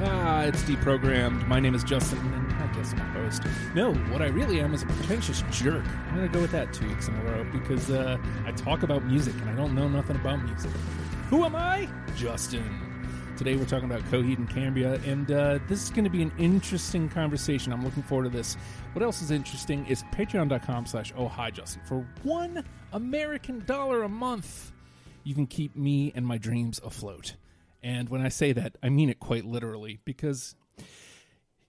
Ah, it's deprogrammed. My name is Justin, and I guess I'm a host. No, what I really am is a pretentious jerk. I'm going to go with that two weeks in a row because uh, I talk about music and I don't know nothing about music. Who am I? Justin. Today we're talking about Coheed and Cambria, and uh, this is going to be an interesting conversation. I'm looking forward to this. What else is interesting is patreon.com slash oh hi Justin. For one American dollar a month, you can keep me and my dreams afloat. And when I say that, I mean it quite literally because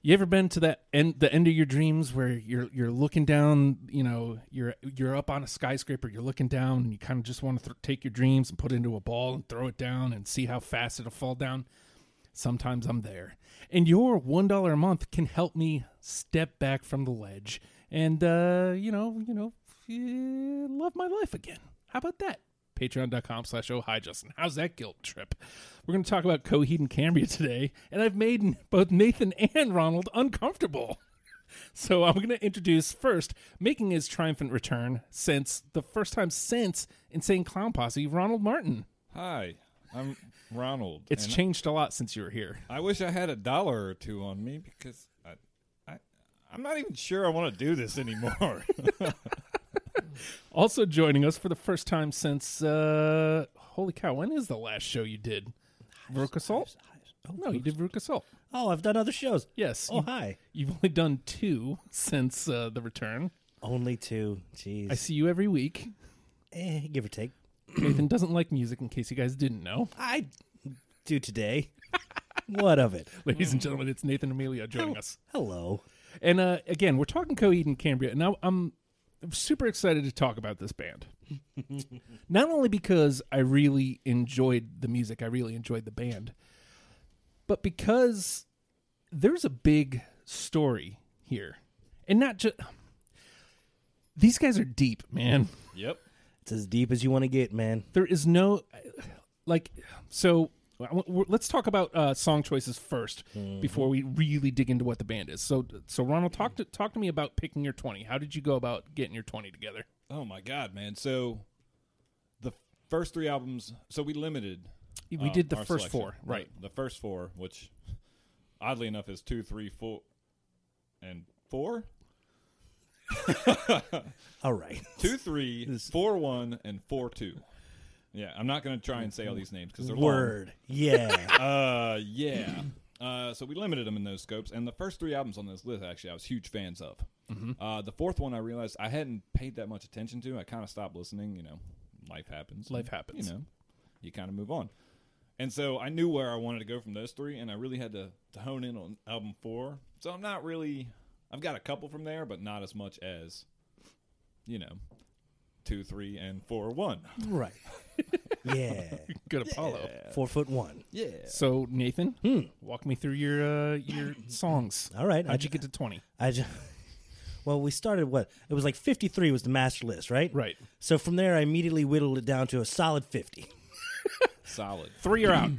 you ever been to that end the end of your dreams where you're you're looking down, you know, you're you're up on a skyscraper, you're looking down and you kind of just want to th- take your dreams and put it into a ball and throw it down and see how fast it'll fall down. Sometimes I'm there. And your $1 a month can help me step back from the ledge and uh, you know, you know, eh, love my life again. How about that? patreon.com slash oh hi justin how's that guilt trip we're going to talk about coheed and cambria today and i've made both nathan and ronald uncomfortable so i'm going to introduce first making his triumphant return since the first time since insane clown posse ronald martin Hi, I'm Ronald. it's and changed a lot since you were here I wish I had a dollar or two on me because I, I, I'm not even sure I want to do this anymore. also joining us for the first time since uh holy cow when is the last show you did Veruca Salt? No, you did Veruca Salt. Oh, I've done other shows. Yes. Oh, you- hi. You've only done two since uh, the return. Only two. Jeez. I see you every week. Eh, give or take. Nathan doesn't like music, in case you guys didn't know. I do today. what of it? Ladies Hmm. and gentlemen, it's Nathan Amelia joining us. Hello. And uh, again, we're talking Coheed and Cambria. And I, I'm super excited to talk about this band. Not only because I really enjoyed the music, I really enjoyed the band, but because there's a big story here. And not just. These guys are deep, man. yep. It's as deep as you want to get, man. there is no like so w- w- let's talk about uh, song choices 1st Mm-hmm. before we really dig into what the band is so so ronald talk to talk to me about picking your 20 how did you go about getting your 20 together Oh my God, man. So the first three albums. So we limited. we Uh, um, did the our first selection. four right The, the first four, which oddly enough is two, three, four, and four. All right. Two, three, four, one, and four, two. Yeah, I'm not going to try and say all these names because they're long. Word. Yeah. Uh, yeah. Uh, so we limited them in those scopes, and the first three albums on this list, actually, I was huge fans of. Mm-hmm. Uh, the fourth one, I realized I hadn't paid that much attention to. I kind of stopped listening. You know, life happens. Life happens. You know, you kind of move on. And so I knew where I wanted to go from those three, and I really had to, to hone in on album four. So I'm not really. I've got a couple from there, but not as much as, you know, two, three, and four, one. right. Yeah. good apollo Four foot one. Yeah. so nathan walk me through your uh, your songs All right. I how'd ju- you get to 20 I just. Well, we started what? It was like 53 was the master list, right? Right. So from there, I immediately whittled it down to a solid 50. Solid. three are out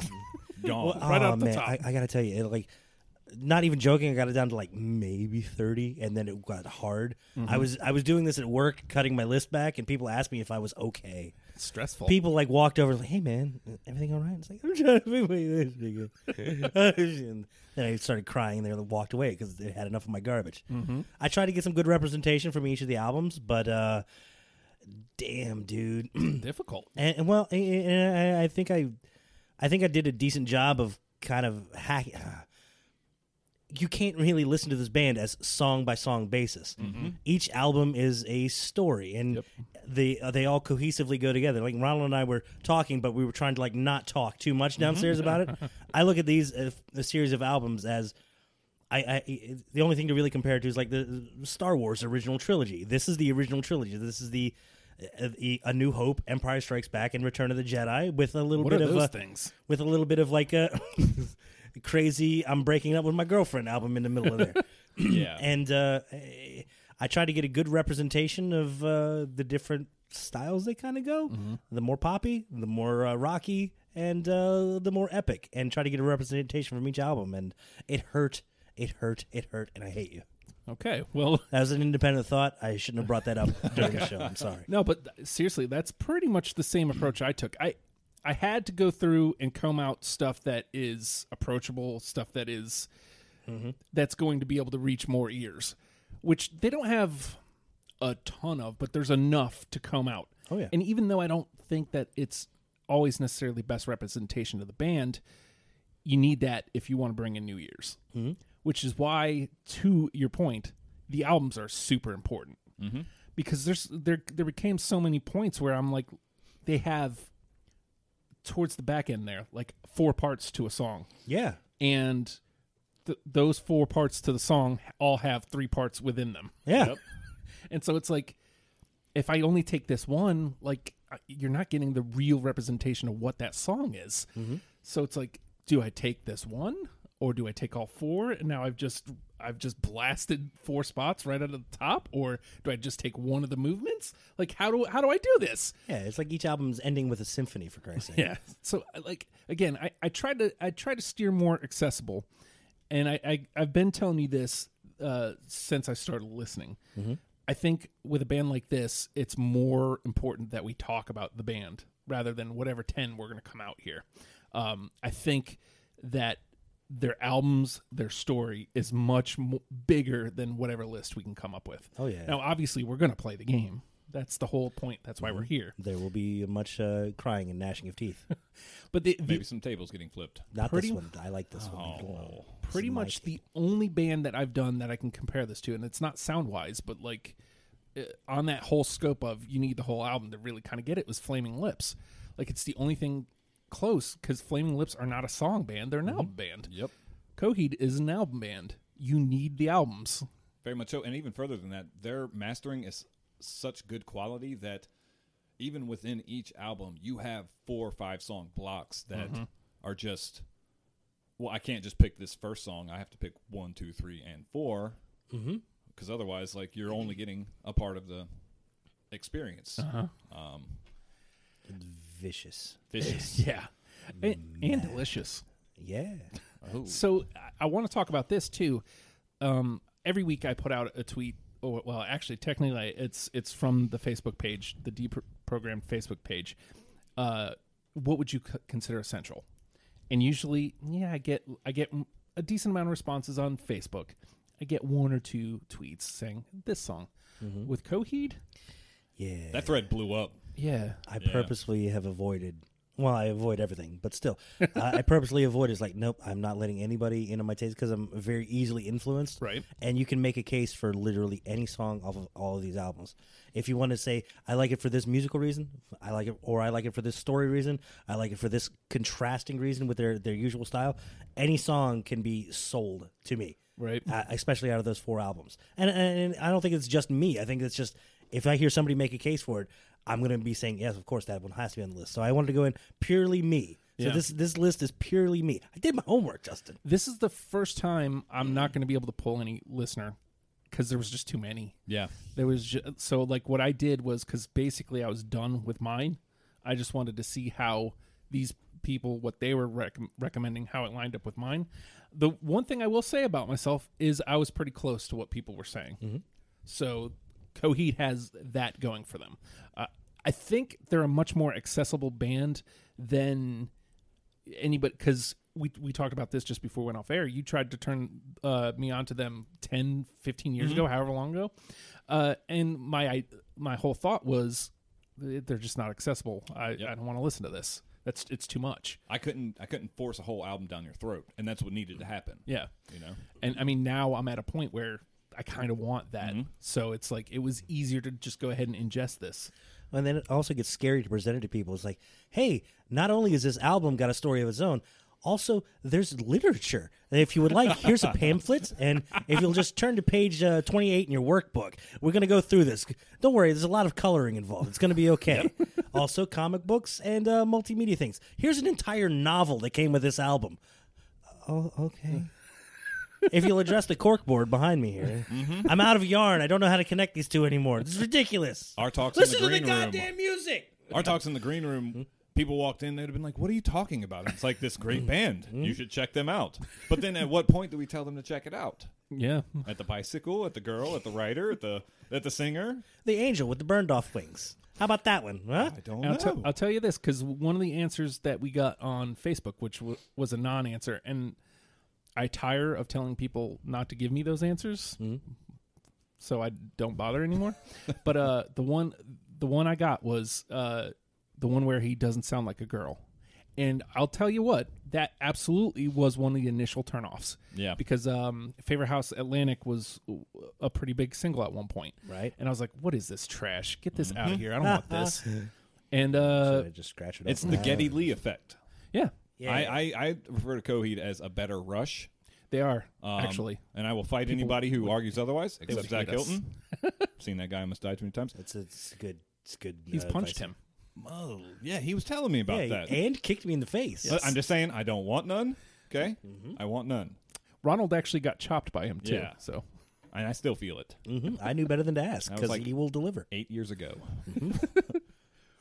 Gone. Right oh, off the man, top. I, I gotta tell you, it, like, not even joking. I got it down to like maybe thirty, and then it got hard. I Mm-hmm. was I was doing this at work, cutting my list back, and people asked me if I was okay. stressful People like walked over, like, "Hey man, everything all right?" It's like I'm trying to make my list bigger. and then I started crying, and they walked away because they had enough of my garbage. Mm-hmm. I tried to get some good representation from each of the albums, but uh, damn, dude. difficult and, and well, and- and I, I think I, I think I did a decent job of kind of hack. uh, You can't really listen to this band as song by song basis. Mm-hmm. Each album is a story, and they uh, they all cohesively go together. Like Ronald and I were talking, but we were trying to like not talk too much Mm-hmm. downstairs about it. I look at these uh, a series of albums as I, I it- the only thing to really compare it to is like the Star Wars original trilogy. This is the original trilogy. This is the uh, the- A New Hope, Empire Strikes Back, and Return of the Jedi with a little what are bit of those a, things with a little bit of like a crazy I'm breaking up with my girlfriend album in the middle of there. Yeah. and uh, I- I try to get a good representation of uh, the different styles they kind of go. The more poppy, the more uh, rocky, and uh, the more epic, and try to get a representation from each album. And it hurt, it hurt, it hurt, and I hate you. okay well That was an independent thought. I shouldn't have brought that up during the show. I'm sorry. No, but th- seriously, that's pretty much the same approach I took. I I had to go through and comb out stuff that is approachable, stuff that is- that's going to be able to reach more ears, which they don't have a ton of, but there's enough to comb out. Oh, yeah. And even though I don't think that it's always necessarily best representation of the band, you need that if you want to bring in new ears. Mm-hmm. Which is why, to your point, the albums are super important mm-hmm. because there's there there became so many points where I'm like, they have towards the back end there like four parts to a song Yeah. and th- those four parts to the song all have three parts within them Yeah. and so it's like if i only take this one like I- you're not getting the real representation of what that song is so it's like do i take this one or do i take all four and now i've just i've just blasted four spots right out of the top or do i just take one of the movements like how do how do i do this Yeah. It's like each album's ending with a symphony for Christ's sake. yeah so like again I, I tried to i tried to steer more accessible and i, I i've been telling you this uh since i started listening Mm-hmm. i think with a band like this it's more important that we talk about the band rather than whatever 10 we're going to come out here um i think that their albums their story is much mo- bigger than whatever list we can come up with Oh, yeah. now obviously we're going to play the game that's the whole point that's why we're here There will be much uh, crying and gnashing of teeth. but the, the Maybe some tables getting flipped. Not Pretty- this one. I like this one. Oh, pretty much the only band that I've done that I can compare this to, and it's not sound wise, but like uh, on that whole scope of you need the whole album to really kind of get it was Flaming Lips. Like it's the only thing close because Flaming Lips are not a song band; they're an album band. Yep. Coheed is an album band. You need the albums. Very much so. And even further than that, their mastering is such good quality that even within each album, you have four or five song blocks that are just, well, I can't just pick this first song. I have to pick one, two, three, and four. Because otherwise, like, you're only getting a part of the experience. vicious. Vicious. Yeah, and, and delicious. Yeah. So I- I want to talk about this too. Um, every week I put out a tweet. Or, well, actually, technically, it's it's from the Facebook page, the deprogrammed Facebook page. Uh, what would you c- consider essential? And usually, yeah, I get I get a decent amount of responses on Facebook. I get one or two tweets saying this song with Coheed. Yeah. That thread blew up. Yeah, I purposely have avoided. Well, I avoid everything, but still, I I purposely avoid. It's like, nope, I'm not letting anybody into my taste because I'm very easily influenced. Right. And you can make a case for literally any song off of all of these albums. If you want to say, I like it for this musical reason, I like it, or I like it for this story reason, I like it for this contrasting reason with their, their usual style, any song can be sold to me. Right. Uh, especially out of those four albums. And, and, and I don't think it's just me. I think it's just if I hear somebody make a case for it, I'm going to be saying yes, of course that one has to be on the list. So I wanted to go in purely me. So Yeah. this this list is purely me. I did my homework, Justin. this is the first time I'm not going to be able to pull any listener because there was just too many. Yeah. there was ju- so like what I did was because basically I was done with mine. I just wanted to see how these people what they were rec- recommending how it lined up with mine. The one thing I will say about myself is I was pretty close to what people were saying. So Coheed has that going for them. Uh, I think they're a much more accessible band than anybody because we, we talked about this just before we went off air you tried to turn uh, me on to them 10 15 years ago however long ago uh, and my I, my whole thought was th- they're just not accessible i, I don't want to listen to this that's it's too much I couldn't. I couldn't force a whole album down your throat, and that's what needed to happen. yeah You know. and i mean now i'm at a point where i kind of want that so it's like it was easier to just go ahead and ingest this And then it also gets scary to present it to people. It's like, hey, not only is this album got a story of its own, also there's literature. And if you would like, here's a pamphlet. And if you'll just turn to page uh, 28 in your workbook, we're going to go through this. Don't worry, there's a lot of coloring involved. It's going to be okay. also, comic books and uh, multimedia things. Here's an entire novel that came with this album. Oh, okay. if you'll address the cork board behind me here, I'm out of yarn. I don't know how to connect these two anymore. This is ridiculous. Our talks in Listen the to the green room. goddamn music. Our talks in the green room. people walked in, they'd have been like, "What are you talking about?" It's like this great band. You should check them out. But then, at what point do we tell them to check it out? Yeah. At the bicycle, at the girl, at the writer, at the at the singer. The angel with the burned off wings. How about that one? Huh? I don't I'll, know. t- I'll tell you this because one of the answers that we got on Facebook, which w- was a non answer, and I tire of telling people not to give me those answers, so I don't bother anymore. but uh, the one, the one I got was uh, the one where he doesn't sound like a girl, and I'll tell you what, that absolutely was one of the initial turnoffs. Yeah. because um, Favorite House Atlantic was a pretty big single at one point, Right. And I was like, "What is this trash? Get this out of Mm-hmm. here! I don't want this." And uh, I just scratch it. it's off. the Getty Lee effect. yeah, Yeah. I, I I refer to Coheed as a better Rush. they are Um, actually. and I will fight anybody who argues otherwise, except would Zach hate us. Hilton. Seen that guy must die too many times. It's it's good. It's good. He's uh, punched advice. him. Oh, yeah, he was telling me about Yeah, that. and kicked me in the face. But I'm just saying, I don't want none. Okay, I want none, Ronald actually got chopped by him too. Yeah. So and I still feel it. Mhm. I knew better than to ask was because like- he will deliver. Eight years ago,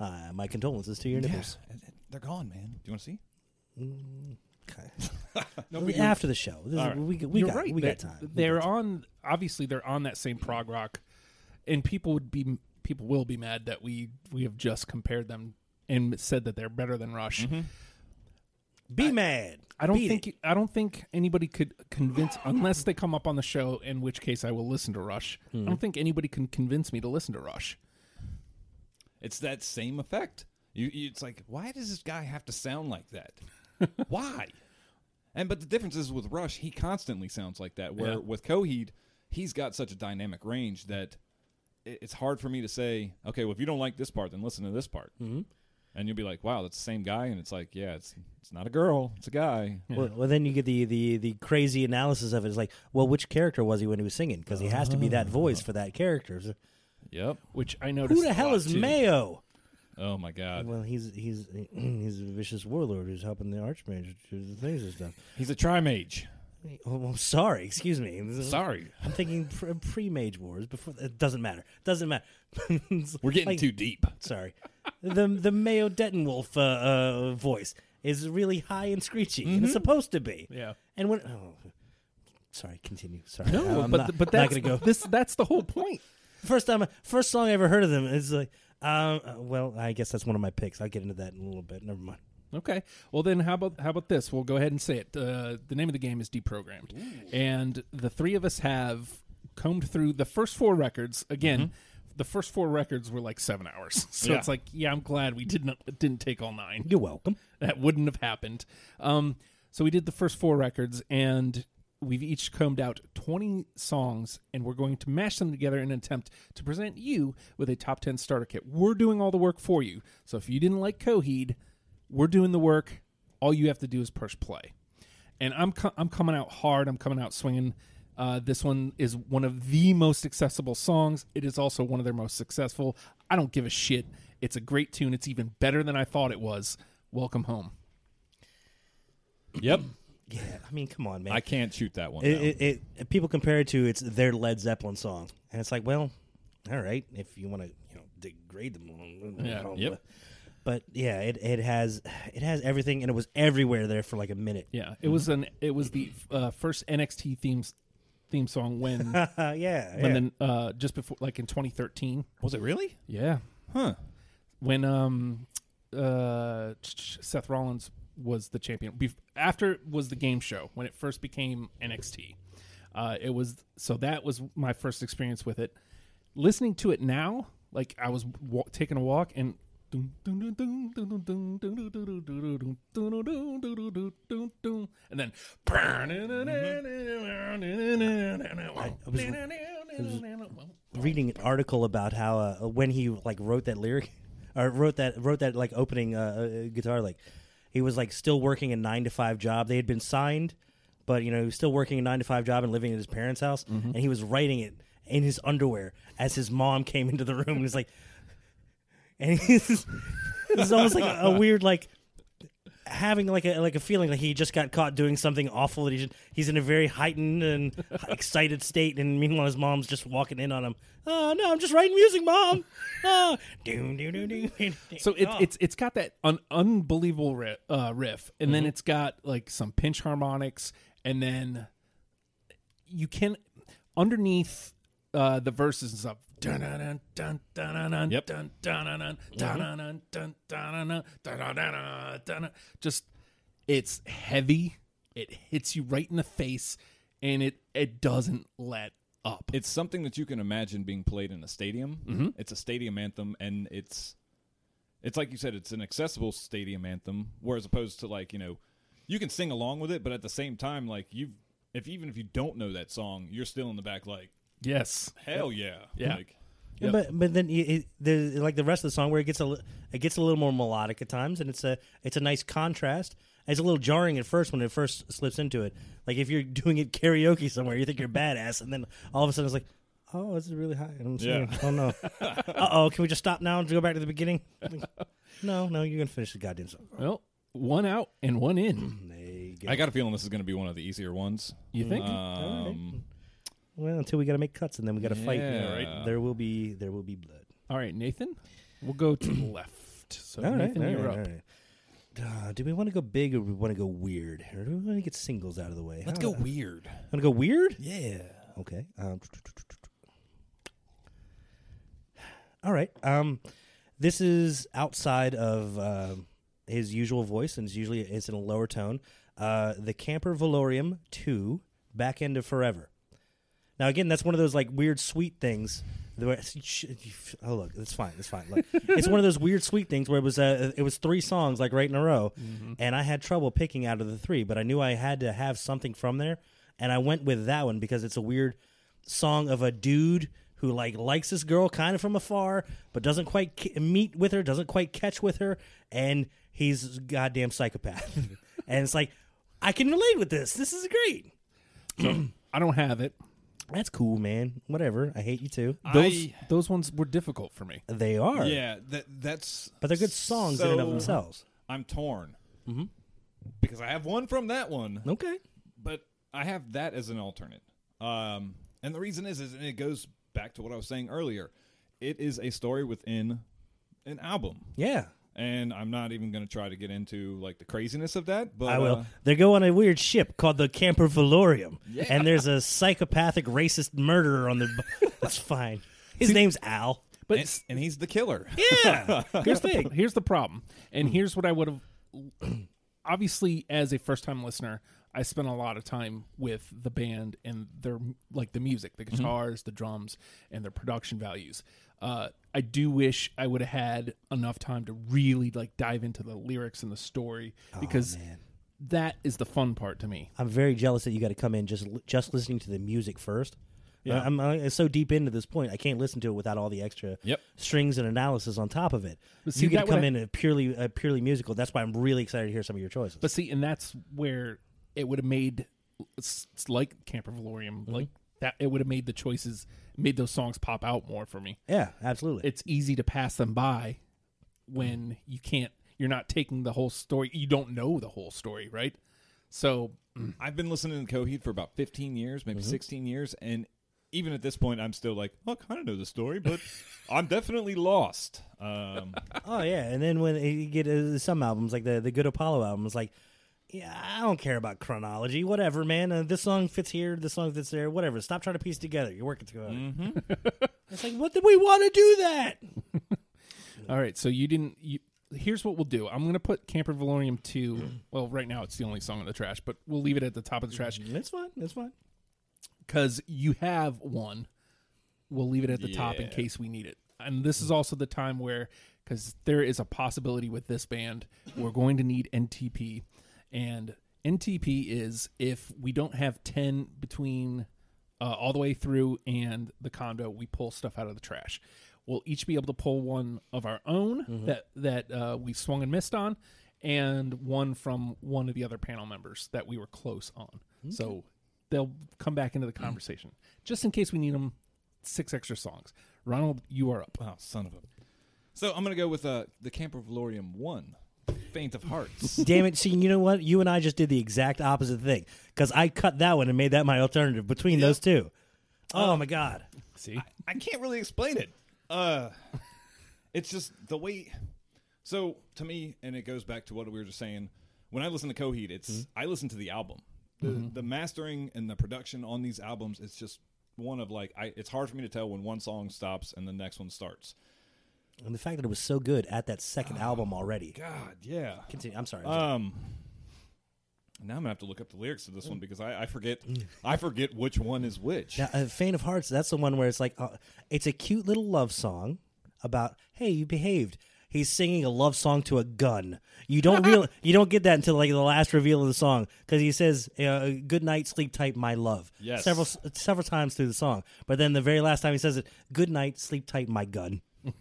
Uh, my condolences to your nipples. they're gone, man. Do you want to see? Okay. No, After the show, this is, All right. we, we you're got right. we they're got time. We they're got on. Obviously, they're on that same prog rock, and people would be people will be mad that we we have just compared them and said that they're better than Rush. time. be mad. I don't Mm-hmm. Beat think it. I don't think anybody could convince unless they come up on the show, in which case I will listen to Rush. Hmm. I don't think anybody can convince me to listen to Rush. it's that same effect. You, you, it's like, why does this guy have to sound like that? why? And but the difference is with Rush, he constantly sounds like that. Where Yeah. with Coheed, he's got such a dynamic range that it, it's hard for me to say, okay, well, if you don't like this part, then listen to this part. Mm-hmm. And you'll be like, wow, that's the same guy, and it's like, yeah, it's it's not a girl, it's a guy. Well, well, then you get the, the, the crazy analysis of it. It's like, well, which character was he when he was singing? Because he has to be that voice for that character. So, Yep. Which I noticed. who the a hell lot, is too. Mayo? Oh my God, Well, he's he's he's a vicious warlord who's helping the archmage do the things and stuff. he's a trimage. Oh, I'm sorry. Excuse me. This is- Sorry, I'm thinking pre- pre-mage wars. Before it doesn't matter. Doesn't matter. It's we're getting like- too deep. Sorry. the the Mayo Dettenwolf uh, uh, voice is really high and screechy. and it's supposed to be. Yeah. And when oh, sorry, continue. Sorry. No, I'm but not, th- but not that's gonna go. this. That's the whole point. First time, first song I ever heard of them is like, um, uh, well, I guess that's one of my picks. I'll get into that in a little bit. Never mind. Okay. Well, then how about how about this? We'll go ahead and say it. Uh, the name of the game is deprogrammed, and the three of us have combed through the first four records again. The first four records were like seven hours, so Yeah. it's like, Mm-hmm. yeah, I'm glad we didn't didn't take all nine. You're welcome. that wouldn't have happened. Um, so we did the first four records, and we've each combed out 20 songs, and we're going to mash them together in an attempt to present you with a top 10 starter kit. We're doing all the work for you. So if you didn't like Coheed, we're doing the work. All you have to do is push play. And I'm co- I'm coming out hard. I'm coming out swinging. Uh, this one is one of the most accessible songs. It is also one of their most successful. I don't give a shit. It's a great tune. It's even better than I thought it was. Welcome home. Yep, Yeah. I mean, come on, man. I can't shoot that one. down. it, it, it, people compare it to it's their Led Zeppelin song, and it's like, well, all right, if you want to, you know, degrade them, Yeah, yep. But yeah, it, it has it has everything, and it was everywhere there for like a minute. Yeah, it was an it was the uh, first NXT themes theme song when when Uh, yeah, yeah. then uh, just before like in 2013. was it really? Yeah, Huh. when um uh Seth Rollins was the champion. Bef- after was the game show when it first became NXT. Uh, it was so that was my first experience with it. Listening to it now, like I was wa- taking a walk and. And then, reading an article about how uh, when he like wrote that lyric or wrote that wrote that like opening uh, uh, guitar like he was like still working a 9 to 5 job they had been signed but you know he was still working a 9 to 5 job and living at his parents house and he was writing it in his underwear as his mom came into the room and was like and he's it was almost like a, weird like having like a like a feeling like he just got caught doing something awful that he should, he's in a very heightened and excited state and meanwhile his mom's just walking in on him oh no i'm just writing music mom oh do, do, do, do, do. So it's Oh. it's it's got that un- unbelievable ri uh, riff, and then it's got like some pinch harmonics, and then you can underneath uh, the verses and stuff. Dun dun dun dun dun dun Yep. dun dun dun dun dun dun dun dun dun dun dun dun dun dun dun. Just it's heavy. It hits you right in the face, and it it doesn't let up. it's something that you can imagine being played in a stadium. It's a stadium anthem, and it's it's like you said, it's an accessible stadium anthem. Whereas opposed to like you know, you can sing along with it, but at the same time, like you, if even if you don't know that song, you're still in the back like Yes, hell yeah, Yeah. Like, Yep. But but then it, it, there's like the rest of the song where it gets a li- it gets a little more melodic at times, and it's a it's a nice contrast. It's a little jarring at first when it first slips into it. Like if you're doing it karaoke somewhere, you think you're badass, and then all of a sudden it's like, oh, this is really high. And I'm just Yeah. yeah. oh no, uh oh, can we just stop now and go back to the beginning? Like, no, no, you're gonna finish the goddamn song. Well, one out and one in. There you go. I got a feeling this is going to be one of the easier ones. You think? All right. Um, Well, until we gotta make cuts, and then we gotta fight. Yeah. Right? There will be there will be blood. All right, Nathan. We'll go to the left. So All right, Nathan, all you're right, up. all right. Uh, do we want to go big or we want to go weird? Or do we want to get singles out of the way? let's go weird. Want to go weird? Yeah. Okay. Um, all right. Um, this is outside of um his usual voice, and it's usually it's in a lower tone. Uh, the Camper Valorium Two, Back End of Forever. Now, again, that's one of those like weird sweet things. the way- Oh look, it's fine. It's fine. Look, it's one of those weird sweet things where it was uh, it was three songs like right in a row, and I had trouble picking out of the three, but I knew I had to have something from there, and I went with that one because it's a weird song of a dude who like likes this girl kind of from afar, but doesn't quite ki- meet with her, doesn't quite catch with her, and he's a goddamn psychopath, and it's like I can relate with this. This is great. I don't have it. That's cool, man. Whatever. I hate you too. Those I- those ones were difficult for me. They are. Yeah, that that's. But they're good songs in and of so- themselves. I'm torn because I have one from that one. Okay. but I have that as an alternate. Um, and the reason is, is and it goes back to what I was saying earlier. It is a story within an album, Yeah. and I'm not even going to try to get into like the craziness of that. But I will. uh, they go on a weird ship called the Camper Valorium, and there's a psychopathic racist murderer on the. b- That's fine. His name's Al. But and, and he's the killer. Yeah. here's the pro- here's the problem, and here's what I would have. Obviously, as a first time listener, I spent a lot of time with the band and their like the music, the guitars, the drums, and their production values. Uh, I do wish I would have had enough time to really like dive into the lyrics and the story because that is the fun part to me. I'm very jealous that you got to come in just li- just listening to the music first. Yeah. I'm, i so deep into this point, I can't listen to it without all the extra Yep. strings and analysis on top of it. see, you get that to come would- in a purely a purely musical. That's why I'm really excited to hear some of your choices. But see, and that's where it would have made it's it's like Camper Valorium, like that. It would have made the choices, made those songs pop out more for me. yeah, absolutely. It's easy to pass them by when you can't. You're not taking the whole story. You don't know the whole story, right? So I've been listening to Coheed for about 15 years, maybe Mm-hmm. 16 years, and even at this point, I'm still like, I kind of know the story, but I'm definitely lost. Um, Oh yeah, and then when you get uh, some albums like the the Good Apollo album, it's like, yeah, I don't care about chronology, whatever, man. Uh, this song fits here, this song fits there, whatever. Stop trying to piece together. You're working together. it's like, what did we want to do that? All right, so you didn't. You, here's what we'll do. I'm gonna put Camper Valorium two. well, right now it's the only song in the trash, but we'll leave it at the top of the trash That's fine. That's fine. because you have one. We'll leave it at the top in Yeah. case we need it. And this is also the time where, because there is a possibility with this band, we're going to need NTP. And NTP is if we don't have 10 between uh, all the way through and the condo, we pull stuff out of the trash. We'll each be able to pull one of our own that, that uh, we swung and missed on, and one from one of the other panel members that we were close on. So they'll come back into the conversation just in case we need them six extra songs ronald you are up oh, son of a. So I'm going to go with uh, the Camper Valorium 1. faint of hearts. Damn it. See, you know what? You and I just did the exact opposite thing because I cut that one and made that my alternative between those two. Oh, my God. See, I can't really explain it. Uh, it's just the way. So to me, and it goes back to what we were just saying. When I listen to Coheed, it's Mm-hmm. I listen to the album. The, the mastering and the production on these albums, it's just one of like I. It's hard for me to tell when one song stops and the next one starts. And the fact that it was so good at that second album already. God, yeah. Continue. I'm sorry. Um. Now I'm gonna have to look up the lyrics to this one because I, I forget. I forget which one is which. Mm. Now, uh, Faint of Hearts, that's the one where it's like, uh, it's a cute little love song about, hey, you behaved. He's singing a love song to a gun. You don't real, you don't get that until like the last reveal of the song because he says, uh, "Good night, sleep tight, my love." Yes. several several times through the song, but then the very last time he says it, "Good night, sleep tight, my gun."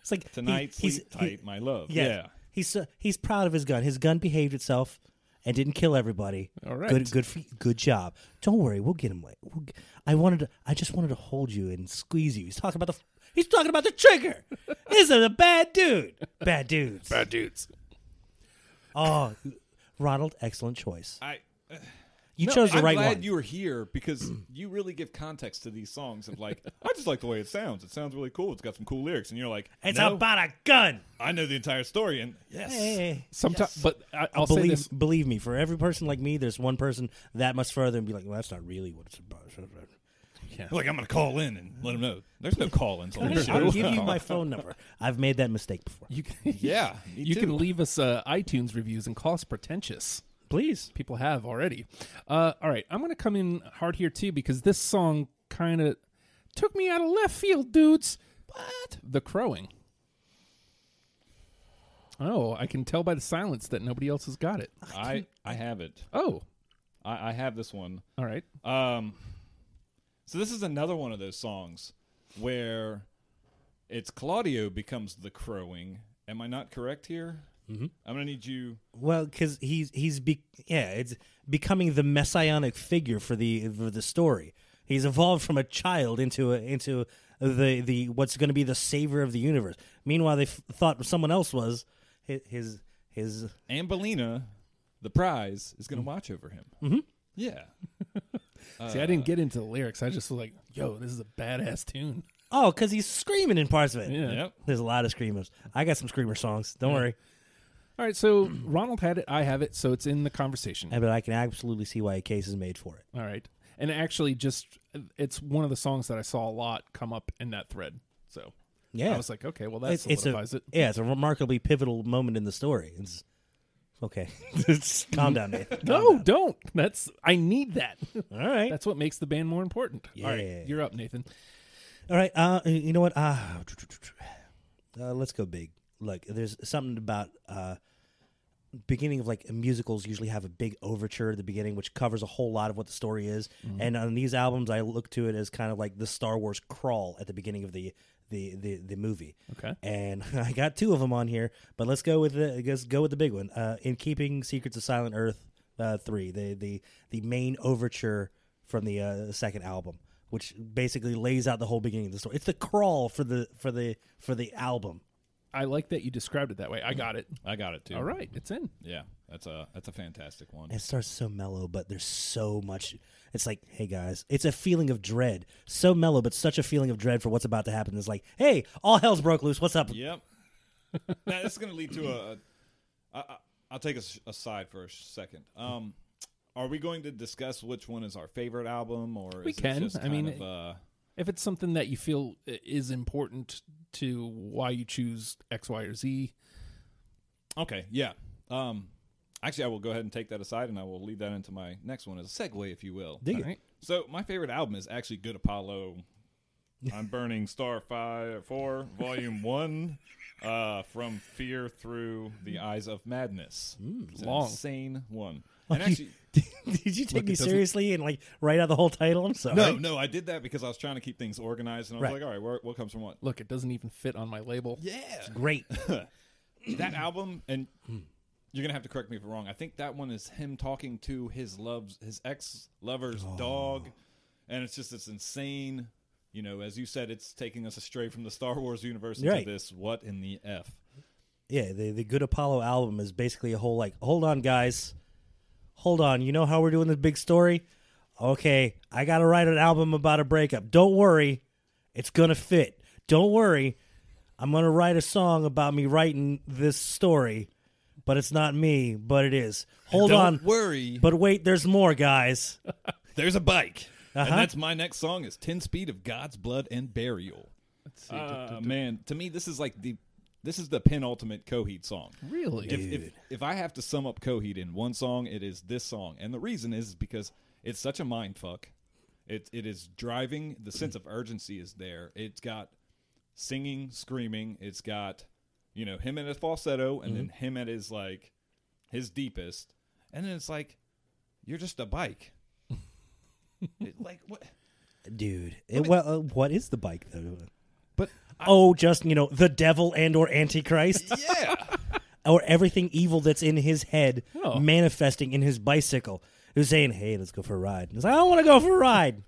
It's like he- Tonight, he's- sleep he- tight, my love. Yeah. He's so- he's proud of his gun. His gun behaved itself and didn't kill everybody. All right. Good good for- good job. Don't worry, we'll get him. Away. We'll g- I wanted to, I just wanted to hold you and squeeze you. He's talking about the he's talking about the trigger. this is a bad dude. Bad dudes. bad dudes. Oh, Ronald, excellent choice. I. You No, chose the I'm right glad one. you were here because you really give context to these songs of like, I just like the way it sounds. It sounds really cool. It's got some cool lyrics, and you're like, it's no, about a gun. I know the entire story, and yes, Hey. Sometimes, but I, I'll say believe this: believe me, for every person like me, there's one person that much further and be like, well, that's not really what it's about. like I'm gonna call in and let them know. There's no call-ins on this I'll show. give you my phone number. I've made that mistake before. you can, Yeah, me you too. can leave us uh, iTunes reviews and call us pretentious. Please. People have already. Uh, all right, I'm going to come in hard here too because this song kind of took me out of left field, dudes. What? The crowing. Oh, I can tell by the silence that nobody else has got it. I I have it. Oh, I, I have this one. all right. Um, so this is another one of those songs where it's Claudio becomes the crowing. Am I not correct here? Mm-hmm. I'm gonna need you. Well, because he's he's be- yeah, it's becoming the messianic figure for the for the story. He's evolved from a child into a, into the the what's going to be the savior of the universe. Meanwhile, they f- thought someone else was his his. his Ambelina, the prize, is going to watch over him. Mm-hmm. Yeah. See, I didn't get into the lyrics. I just was like, "Yo, this is a badass tune." oh, because he's screaming in parts of it. Yeah. Yep. There's a lot of screamers. I got some screamer songs. Don't worry, All right, so Ronald had it. I have it. So it's in the conversation. Eh, but I can absolutely see why a case is made for it. All right. And actually, just it's one of the songs that I saw a lot come up in that thread. So Yeah, I was like, okay, well, that It's- it's a- solidifies it. Yeah, it's a remarkably pivotal moment in the story. It's okay. It's- calm down, Nathan. No, don't. That's I need that. All right. That's what makes the band more important. All Yeah. right, you're up, Nathan. All right. Uh, you know what? Uh, uh, let's go big. Look, there's something about uh, beginning of like musicals usually have a big overture at the beginning, which covers a whole lot of what the story is. And on these albums, I look to it as kind of like the Star Wars crawl at the beginning of the the the, the movie. Okay. And I got two of them on here, but let's go with the let's go with the big one. Uh, in keeping Secrets of Silent Earth uh, three, the the the main overture from the uh, second album, which basically lays out the whole beginning of the story. It's the crawl for the for the for the album. I like that you described it that way. I got it. I got it too. All right, it's in. Yeah. That's a that's a fantastic one. It starts so mellow, but there's so much. It's like, hey guys, it's a feeling of dread. So mellow, but such a feeling of dread for what's about to happen. It's like, hey, all hell's broke loose. What's up? Yep. now this is going to lead to a. a I, I, I'll take us aside for a second. Um, are we going to discuss which one is our favorite album, or We is it can. just I kind mean, of, uh, If it's something that you feel i- is important to why you choose X, Y, or Z, Okay, yeah. Um, actually, I will go ahead and take that aside, and I will lead that into my next one as a segue, if you will. Dig all it. right. So, my favorite album is actually Good Apollo. I'm burning Starfire Four, Volume One, uh, from Fear through the Eyes of Madness. It's an long. insane one. Like And you- actually, Did you take Look, me it doesn't- seriously and like write out the whole title? I'm sorry. no, no, I did that because I was trying to keep things organized, and I was Right. like, all right, where, what comes from what? Look, it doesn't even fit on my label. Yeah, Great. that Mm-hmm. album, and Hmm. you're gonna have to correct me if I'm wrong. I think that one is him talking to his loves, his ex lover's Oh. dog, and it's just it's insane. You know, as you said, it's taking us astray from the Star Wars universe into Right. this. What in the f? yeah, the the Good Apollo album is basically a whole like, hold on, guys, hold on. You know how we're doing this big story? Okay, I gotta write an album about a breakup. Don't worry, it's gonna fit. Don't worry, I'm gonna write a song about me writing this story, but it's not me, but it is. Hold Don't on, worry. but wait, there's more, guys. There's a bike. And Uh-huh. that's my next song is 10 Speed of God's Blood and Burial. Uh, man, to me this is like the this is the penultimate Coheed song. Really? If, if if I have to sum up Coheed in one song, it is this song. And the reason is because it's such a mind fuck. It it is driving, the sense of urgency is there. It's got singing, screaming, it's got you know, him at his falsetto and then him at his like his deepest. And then it's like you're just a bike. It- like what dude. It, well, uh, what is the bike though? but oh, just you know, the devil and or antichrist yeah. or everything evil that's in his head Oh. manifesting in his bicycle. Who's saying, "Hey, let's go for a ride"? He's like, "I don't want to go for a ride.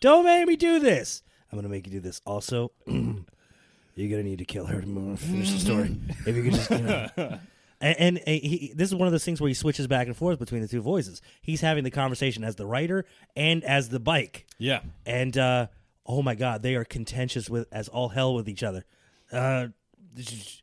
don't make me do this. I'm gonna make you do this." Also, you're gonna need to kill her to finish the story. if you could just, you know. And, and uh, he, this is one of those things where he switches back and forth between the two voices. He's having the conversation as the writer and as the bike. Yeah. and uh, oh my god, they are contentious with as all hell with each other. Uh,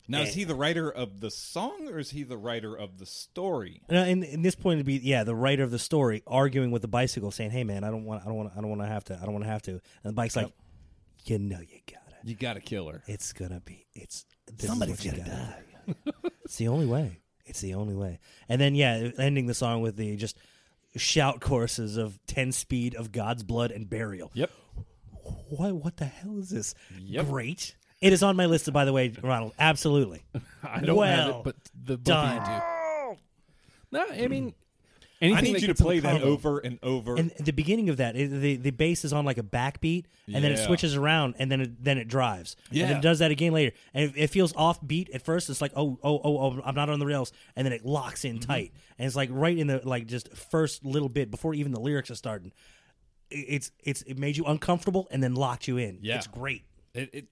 Now is he the writer of the song or is he the writer of the story? and, and, and this point would be yeah, the writer of the story arguing with the bicycle, saying, "Hey man, I don't want, I don't want, I don't want to have to, I don't want to have to." And the bike's like, "You know, you gotta. You gotta kill her. It's gonna be. It's this somebody's gonna die. it's the only way. It's the only way." And then yeah, ending the song with the just shout choruses of 10 speed of god's blood and burial Yep. what what the hell is this? Yep. Great. It is on my list, by the way, Ronald. Absolutely. I don't have well it, but the both of you done. do. No, I mean, I anything need that you to gets in play the that combo. over and over. And the beginning of that, it- the the bass is on like a backbeat, and then it Yeah. switches around, and then it, then it drives, and then Yeah. it does that again later, and it, it feels offbeat at first. It's like oh oh oh oh, I'm not on the rails, and then it locks in Mm-hmm. tight, and it's like right in the like just first little bit before even the lyrics are starting. It- It's it's it made you uncomfortable and then locked you in. Yeah. it's great. it, it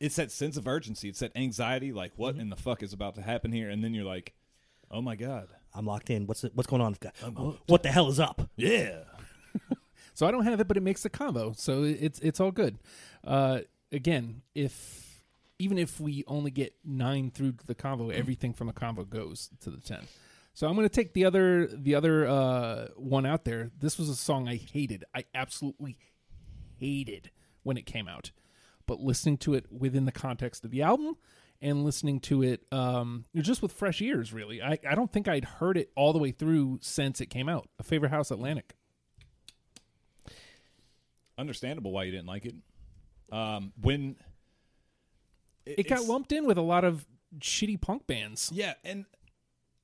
it's that sense of urgency. It's that anxiety, like what Mm-hmm. in the fuck is about to happen here? And then you're like, oh my god, I'm locked in. What's what's going on? Oh, What the hell is up? yeah. So I don't have it, but it makes the combo. So it's it's all good. Uh, again, if even if we only get nine through to the combo, everything from the combo goes to the ten. So I'm going to take the other the other uh, one out there. This was a song I hated. I absolutely hated when it came out, but listening to it within the context of the album and listening to it um, just with fresh ears, really. I, I don't think I'd heard it all the way through since it came out. A favorite house Atlantic. Understandable why you didn't like it. Um, when it got it's- lumped in with a lot of shitty punk bands. Yeah, and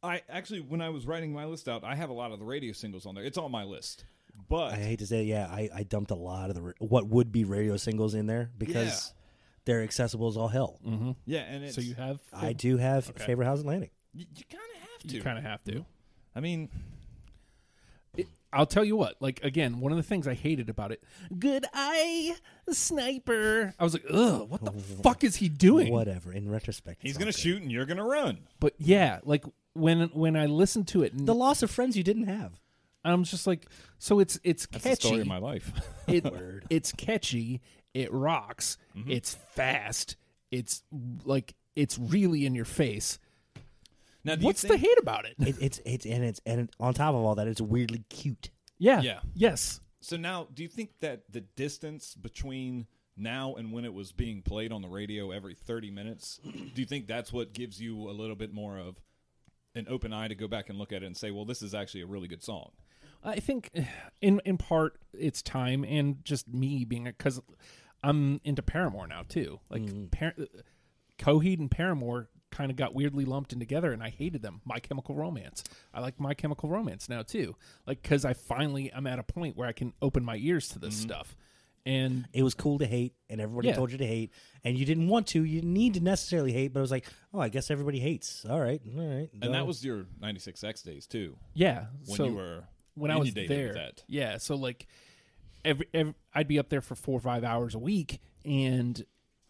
I actually, when I was writing my list out, I have a lot of the radio singles on there. It's on my list, but I hate to say, it, yeah, I, I dumped a lot of the ra- what would be radio singles in there because they're accessible as all hell. yeah, and it's, So you have I do have favorite house Atlantic. you, kind of have to. you kind of have to. I mean, It- I'll tell you what. Like again, one of the things I hated about it. Good eye sniper. I was like, ugh, what the Oh, fuck is he doing? Whatever. In retrospect, he's it's gonna all good. shoot and you're gonna run. But yeah, like when when I listened to it, the loss of friends you didn't have. I'm just like, so it's it's That's catchy. the story of my life. it, it's catchy it rocks Mm-hmm. it's fast it's like it's really in your face now, do you what's the think- hate about it It, it's it's and it's and on top of all that, it's weirdly cute. yeah Yeah. yes So now, do you think that the distance between now and when it was being played on the radio every 30 minutes, do you think that's what gives you a little bit more of an open eye to go back and look at it and say, well, this is actually a really good song? I think in in part it's time and just me being because I'm into Paramore now too. Like Mm. Par- Coheed and Paramore kind of got weirdly lumped in together, and I hated them. My Chemical Romance. I like My Chemical Romance now too. Like because I finally am at a point where I can open my ears to this Mm-hmm. stuff. And It was cool to hate, and everybody Yeah. told you to hate, and you didn't want to. You didn't need to necessarily hate, but it was like, oh, I guess everybody hates. All right, all right. And Well, that was your 96X days, too, yeah, when so you were when I was inundated there. with that. Yeah, so like every, every I'd be up there for four or five hours a week, and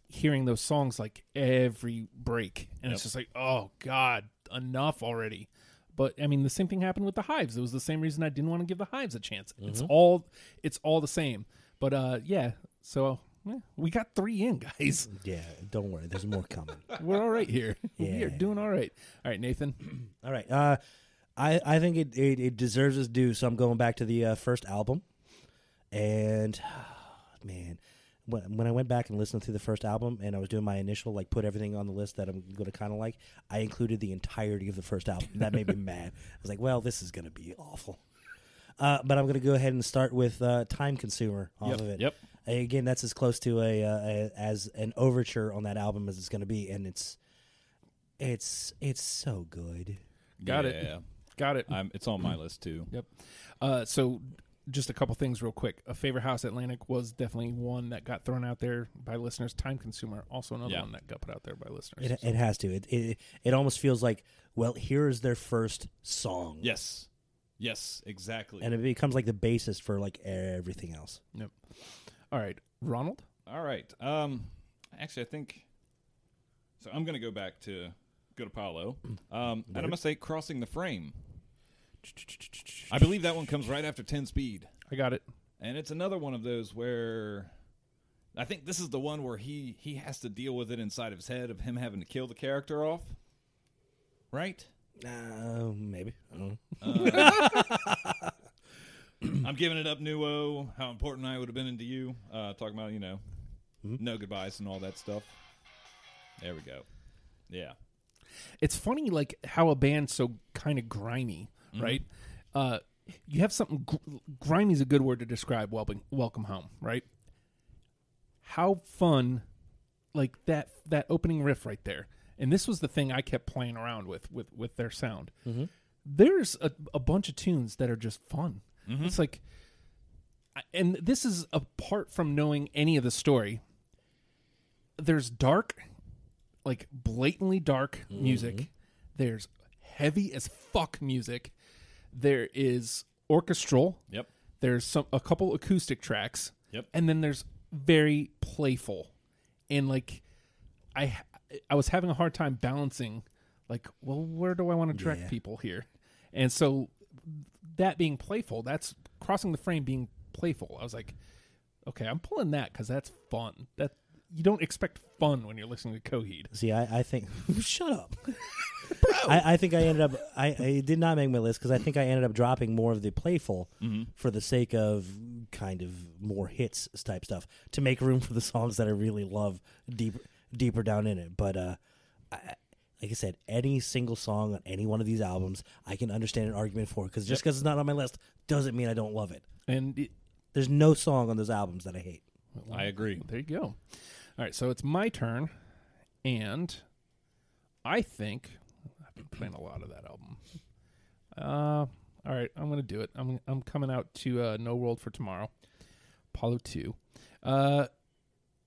hearing those songs like every break, and Yep. it's just like, oh god, enough already. But I mean, the same thing happened with the Hives. It was the same reason I didn't want to give the Hives a chance. It's Mm-hmm. all it's all the same. But uh, yeah, so eh, we got three in, guys. Yeah, don't worry. There's more coming. We're all right here. We are Yeah. doing all right. All right, Nathan. All right. Uh, I I think it, it, it deserves its due. So I'm going back to the uh, first album, and man, when when I went back and listened to the first album, and I was doing my initial like put everything on the list that I'm going to kind of like, I included the entirety of the first album. That made me mad. I was like, well, this is going to be awful. Uh, but I'm going to go ahead and start with uh, Time Consumer off Yep, of it. yep. Again, that's as close to a, uh, a as an overture on that album as it's going to be, and it's it's it's so good. Got Yeah. it. Got it. I'm, it's on my list too. Yep. Uh, so, just a couple things real quick. A favorite house Atlantic was definitely one that got thrown out there by listeners. Time consumer also another Yeah. one that got put out there by listeners. It, it has to. It, it it almost feels like well, here is their first song, Yes. Yes, exactly. and it becomes like the basis for like everything else. Yep. All right, Ronald. All right. Um, actually, I think so. I'm gonna go back to Good Apollo, um, and I'm gonna say "Crossing the Frame." I believe that one comes right after Ten Speed, I got it. and it's another one of those where I think this is the one where he he has to deal with it inside of his head of him having to kill the character off, right? Uh, maybe I don't know. I'm giving it up, Nuo. How important I would have been into you. Uh, talking about you know, no goodbyes and all that stuff. There we go. Yeah. It's funny, like how a band's so kind of grimy, right? Uh, you have something gr- grimy is a good word to describe welcome welcome home, right? How fun, like that that opening riff right there. And this was the thing I kept playing around with with with their sound. There's a, a bunch of tunes that are just fun. It's like, I- and this is apart from knowing any of the story. There's dark like blatantly dark music. There's heavy as fuck music. There is orchestral. Yep. There's some a couple acoustic tracks. Yep. And then there's very playful, and like I I was having a hard time balancing like well where do I want to direct people here, and so that being playful that's crossing the frame being playful. I was like okay I'm pulling that because that's fun that. You don't expect fun when you're listening to Coheed. See, I, I think shut up. I, I think I ended up. I, I did not make my list because I think I ended up dropping more of the playful for the sake of kind of more hits type stuff to make room for the songs that I really love deeper deeper down in it. But uh, I, like I said, any single song on any one of these albums, I can understand an argument for because just because it's not on my list doesn't mean I don't love it. And it, There's no song on those albums that I hate. I agree. there you go. All right, so it's my turn, and I think I've been playing a lot of that album. Uh, all right, I'm gonna do it. I'm I'm coming out to uh, No World for Tomorrow, Apollo Two, uh,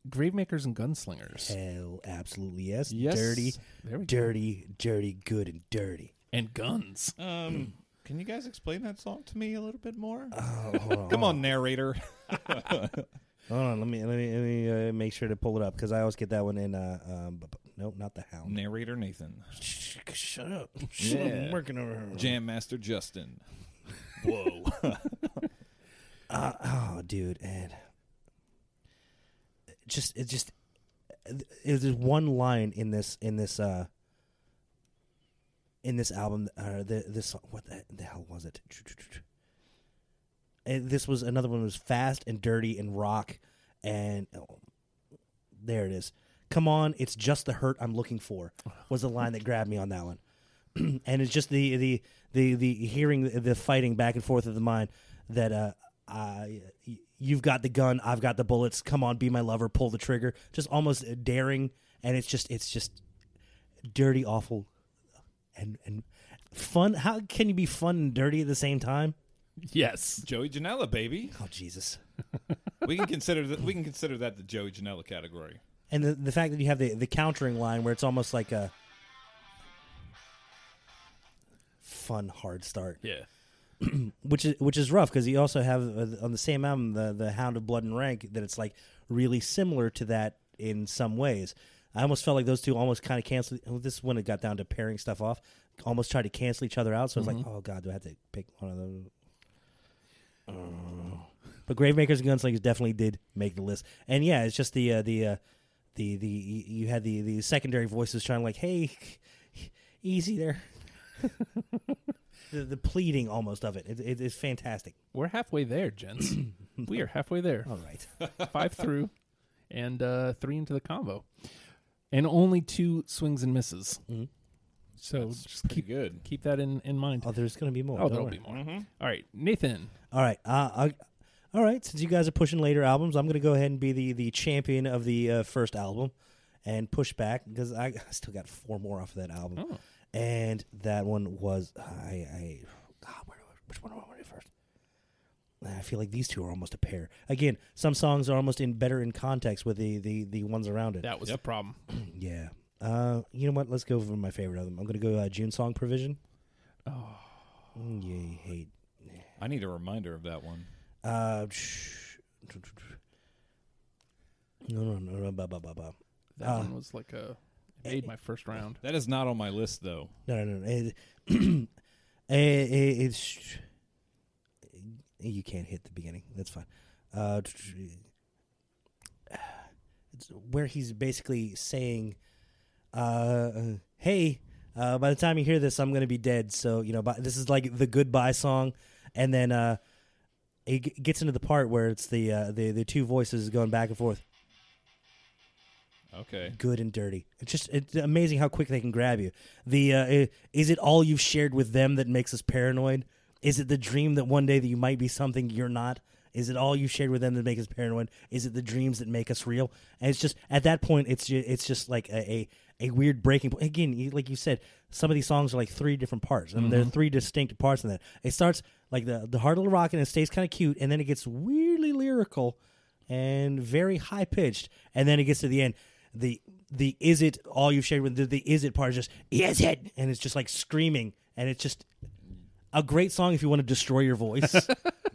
Gravemakers and Gunslingers. Hell, absolutely yes. Yes. Dirty, There we go. dirty, dirty, good and dirty. And guns. Um, can you guys explain that song to me a little bit more? Uh, Oh, hold on. Come on, narrator. Hold on, let me let me, let me uh, make sure to pull it up because I always get that one in. Uh, um, b- b- nope, not the hound. narrator Nathan. Sh- Shut up! Shut up, I'm Yeah. working over here. Jam Master Justin. Whoa! uh, oh, dude, and just it just it, there's one line in this in this uh in this album or the this song- what the, the hell was it? And this was another one that was fast and dirty and rock and oh, there it is. Come on, it's just the hurt I'm looking for was the line that grabbed me on that one. and it's just the the the the hearing the, the fighting back and forth of the mind that uh I y- you've got the gun, I've got the bullets. Come on, be my lover, pull the trigger. Just almost daring and it's just it's just dirty awful and and fun. How can you be fun and dirty at the same time? Yes. Joey Janela, baby. Oh Jesus. We can consider that. We can consider that the Joey Janela category. And the, the fact that you have the, the countering line where it's almost like a fun hard start, Yeah. which is which is rough because you also have uh, on the same album the the Hound of Blood and Rank that it's like really similar to that in some ways. I almost felt like those two almost kind of canceled. oh, This is when it got down to pairing stuff off. Almost tried to cancel each other out. So I was like, oh god, do I have to pick one of them? But Gravemakers and Gunslingers definitely did make the list. And yeah, it's just the uh, the uh, the the y- you had the the secondary voices trying to like, hey, easy there. the, the pleading almost of it. It, it. It's fantastic. We're halfway there, gents. we are halfway there. All right. Five through, and uh, three into the combo, and only two swings and misses. Mhm. So It's just pretty keep good. keep that in in mind. Oh, there's gonna be more. oh, Don't there'll worry. be more. All right, Nathan. All right. Uh, I, all right. Since you guys are pushing later albums, I'm going to go ahead and be the, the champion of the uh, first album and push back because I, I still got four more off of that album. Oh. And that one was I. I God, where do I, which one do I want to do first? I feel like these two are almost a pair. Again, some songs are almost in better in context with the the, the ones around it. That was the problem. Yeah. Uh, you know what? Let's go for my favorite of them. I'm going to go uh, June Song Provision. Oh. Yeah, you hate I need a reminder of that one. uh, sh- no, no, no, no, ba, ba, ba, ba. That Uh, one was like a it made my first round. That is not on my list though. no, no, no. no. It, it, it- it's you can't hit the beginning. That's fine. Uh, it's where he's basically saying, uh, "Hey, uh, by the time you hear this, I'm going to be dead." So you know, by, this is like the goodbye song, and then uh, it g- gets into the part where it's the uh, the the two voices going back and forth. Okay. good and dirty. It's just it's amazing how quick they can grab you. The uh, i- is it all you've shared with them that makes us paranoid? Is it the dream that one day that you might be something you're not? Is it all you shared with them that make us paranoid? Is it the dreams that make us real? And it's just at that point, it's ju- it's just like a a, a weird breaking point. Again, you- like you said, some of these songs are like three different parts, and there are three distinct parts in that. It starts like the the hard little rock, and it stays kind of cute, and then it gets weirdly lyrical and very high pitched. And then it gets to the end. The the is it all you've shared with the, the is it part is just is it and it's just like screaming and it's just a great song if you want to destroy your voice.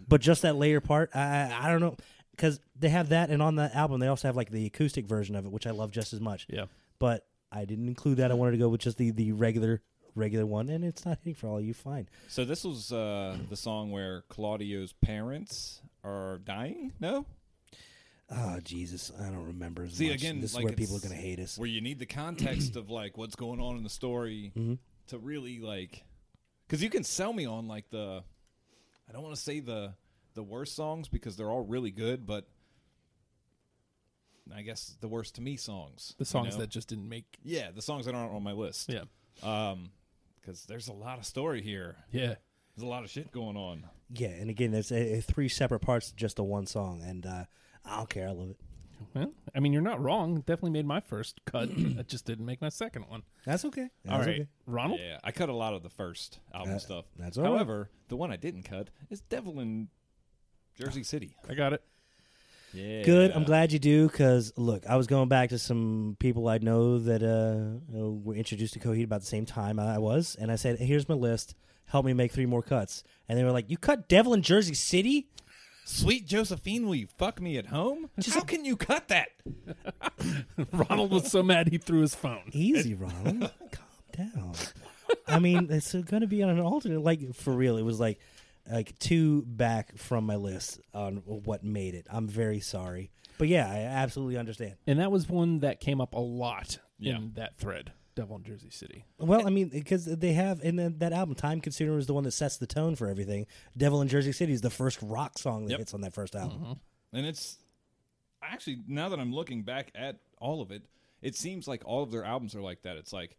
but just that later part, I I don't know because they have that and on the album they also have like the acoustic version of it which I love just as much. Yeah. But I didn't include that. I wanted to go with just the the regular regular one and it's not hitting for all you fine. So this was uh, the song where Claudio's parents are dying. No, Oh Jesus, I don't remember as see much. again, this like is where people are it's- going to hate us. Where you need the context of like what's going on in the story Mm-hmm. to really like, because you can sell me on like the, I don't want to say the the worst songs because they're all really good, but I guess the worst to me songs, The songs you know? that just didn't make. yeah, the songs that aren't on my list, Yeah. um, because there's a lot of story here, Yeah. there's a lot of shit going on. Yeah, and again, there's uh, uh, three separate parts to just the one song, and uh, I don't care. I love it. Well, I mean, you're not wrong. Definitely made my first cut. it just didn't make my second one. That's okay. That's all right, okay. Ronald. Yeah, I cut a lot of the first album Uh, stuff. that's all right. However, the one I didn't cut is Devil in Jersey City. I got it. Yeah. Good. I'm glad you do, because look, I was going back to some people I know that uh, uh, were introduced to Coheed about the same time I was, and I said, "Here's my list. Help me make three more cuts." And they were like, "You cut Devil in Jersey City?" Sweet Josephine, will you fuck me at home? How can you cut that? Ronald was so mad he threw his phone. Easy, Ronald. Calm down. I mean, it's going to be on an alternate. Like for real, it was like like two back from my list on what made it. I'm very sorry, but yeah, I absolutely understand. And that was one that came up a lot Yeah. in that thread. Devil in Jersey City. Well, I mean, because they have in that- that album, Time Consumer is the one that sets the tone for everything. Devil in Jersey City is the first rock song that Yep. hits on that first album. And it's actually now that I'm looking back at all of it, it seems like all of their albums are like that. It's like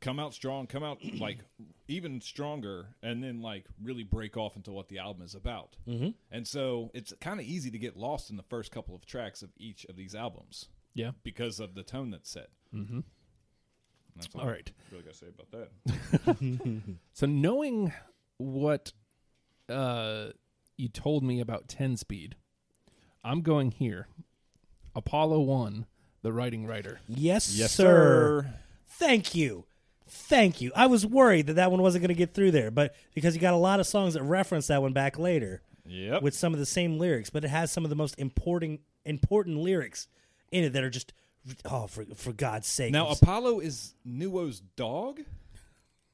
come out strong, come out like even stronger, and then like really break off into what the album is about. Mm-hmm. And so it's kind of easy to get lost in the first couple of tracks of each of these albums Yeah. because of the tone that's set. Mm-hmm. That's all, All right. I really got to say about that. So knowing what uh, you told me about 10 speed, I'm going here. Apollo 1, the writing writer. Yes, sir. Thank you. Thank you. I was worried that that one wasn't going to get through there, but because you got a lot of songs that reference that one back later Yep. with some of the same lyrics, but it has some of the most important important lyrics in it that are just Oh, for for God's sake! Now I'm s- Apollo is Nuo's dog,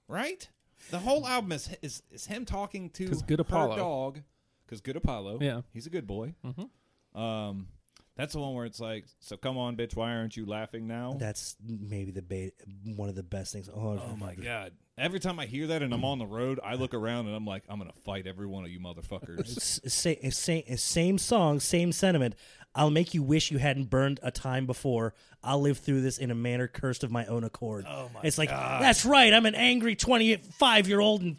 right? The whole album is is, is him talking to 'Cause good her Apollo. dog because good Apollo. Yeah. Mm-hmm. he's a good boy. Um, that's the one where it's like, so come on, bitch, why aren't you laughing now? that's maybe the ba- one of the best things. Oh, Oh my god! Every time I hear that and I'm on the road, I look around and I'm like, I'm gonna fight every one of you motherfuckers. s- sa- same, same song, same sentiment. I'll make you wish you hadn't burned a time before. I'll live through this in a manner cursed of my own accord. Oh my it's like, that's right. I'm an angry 25 year old, and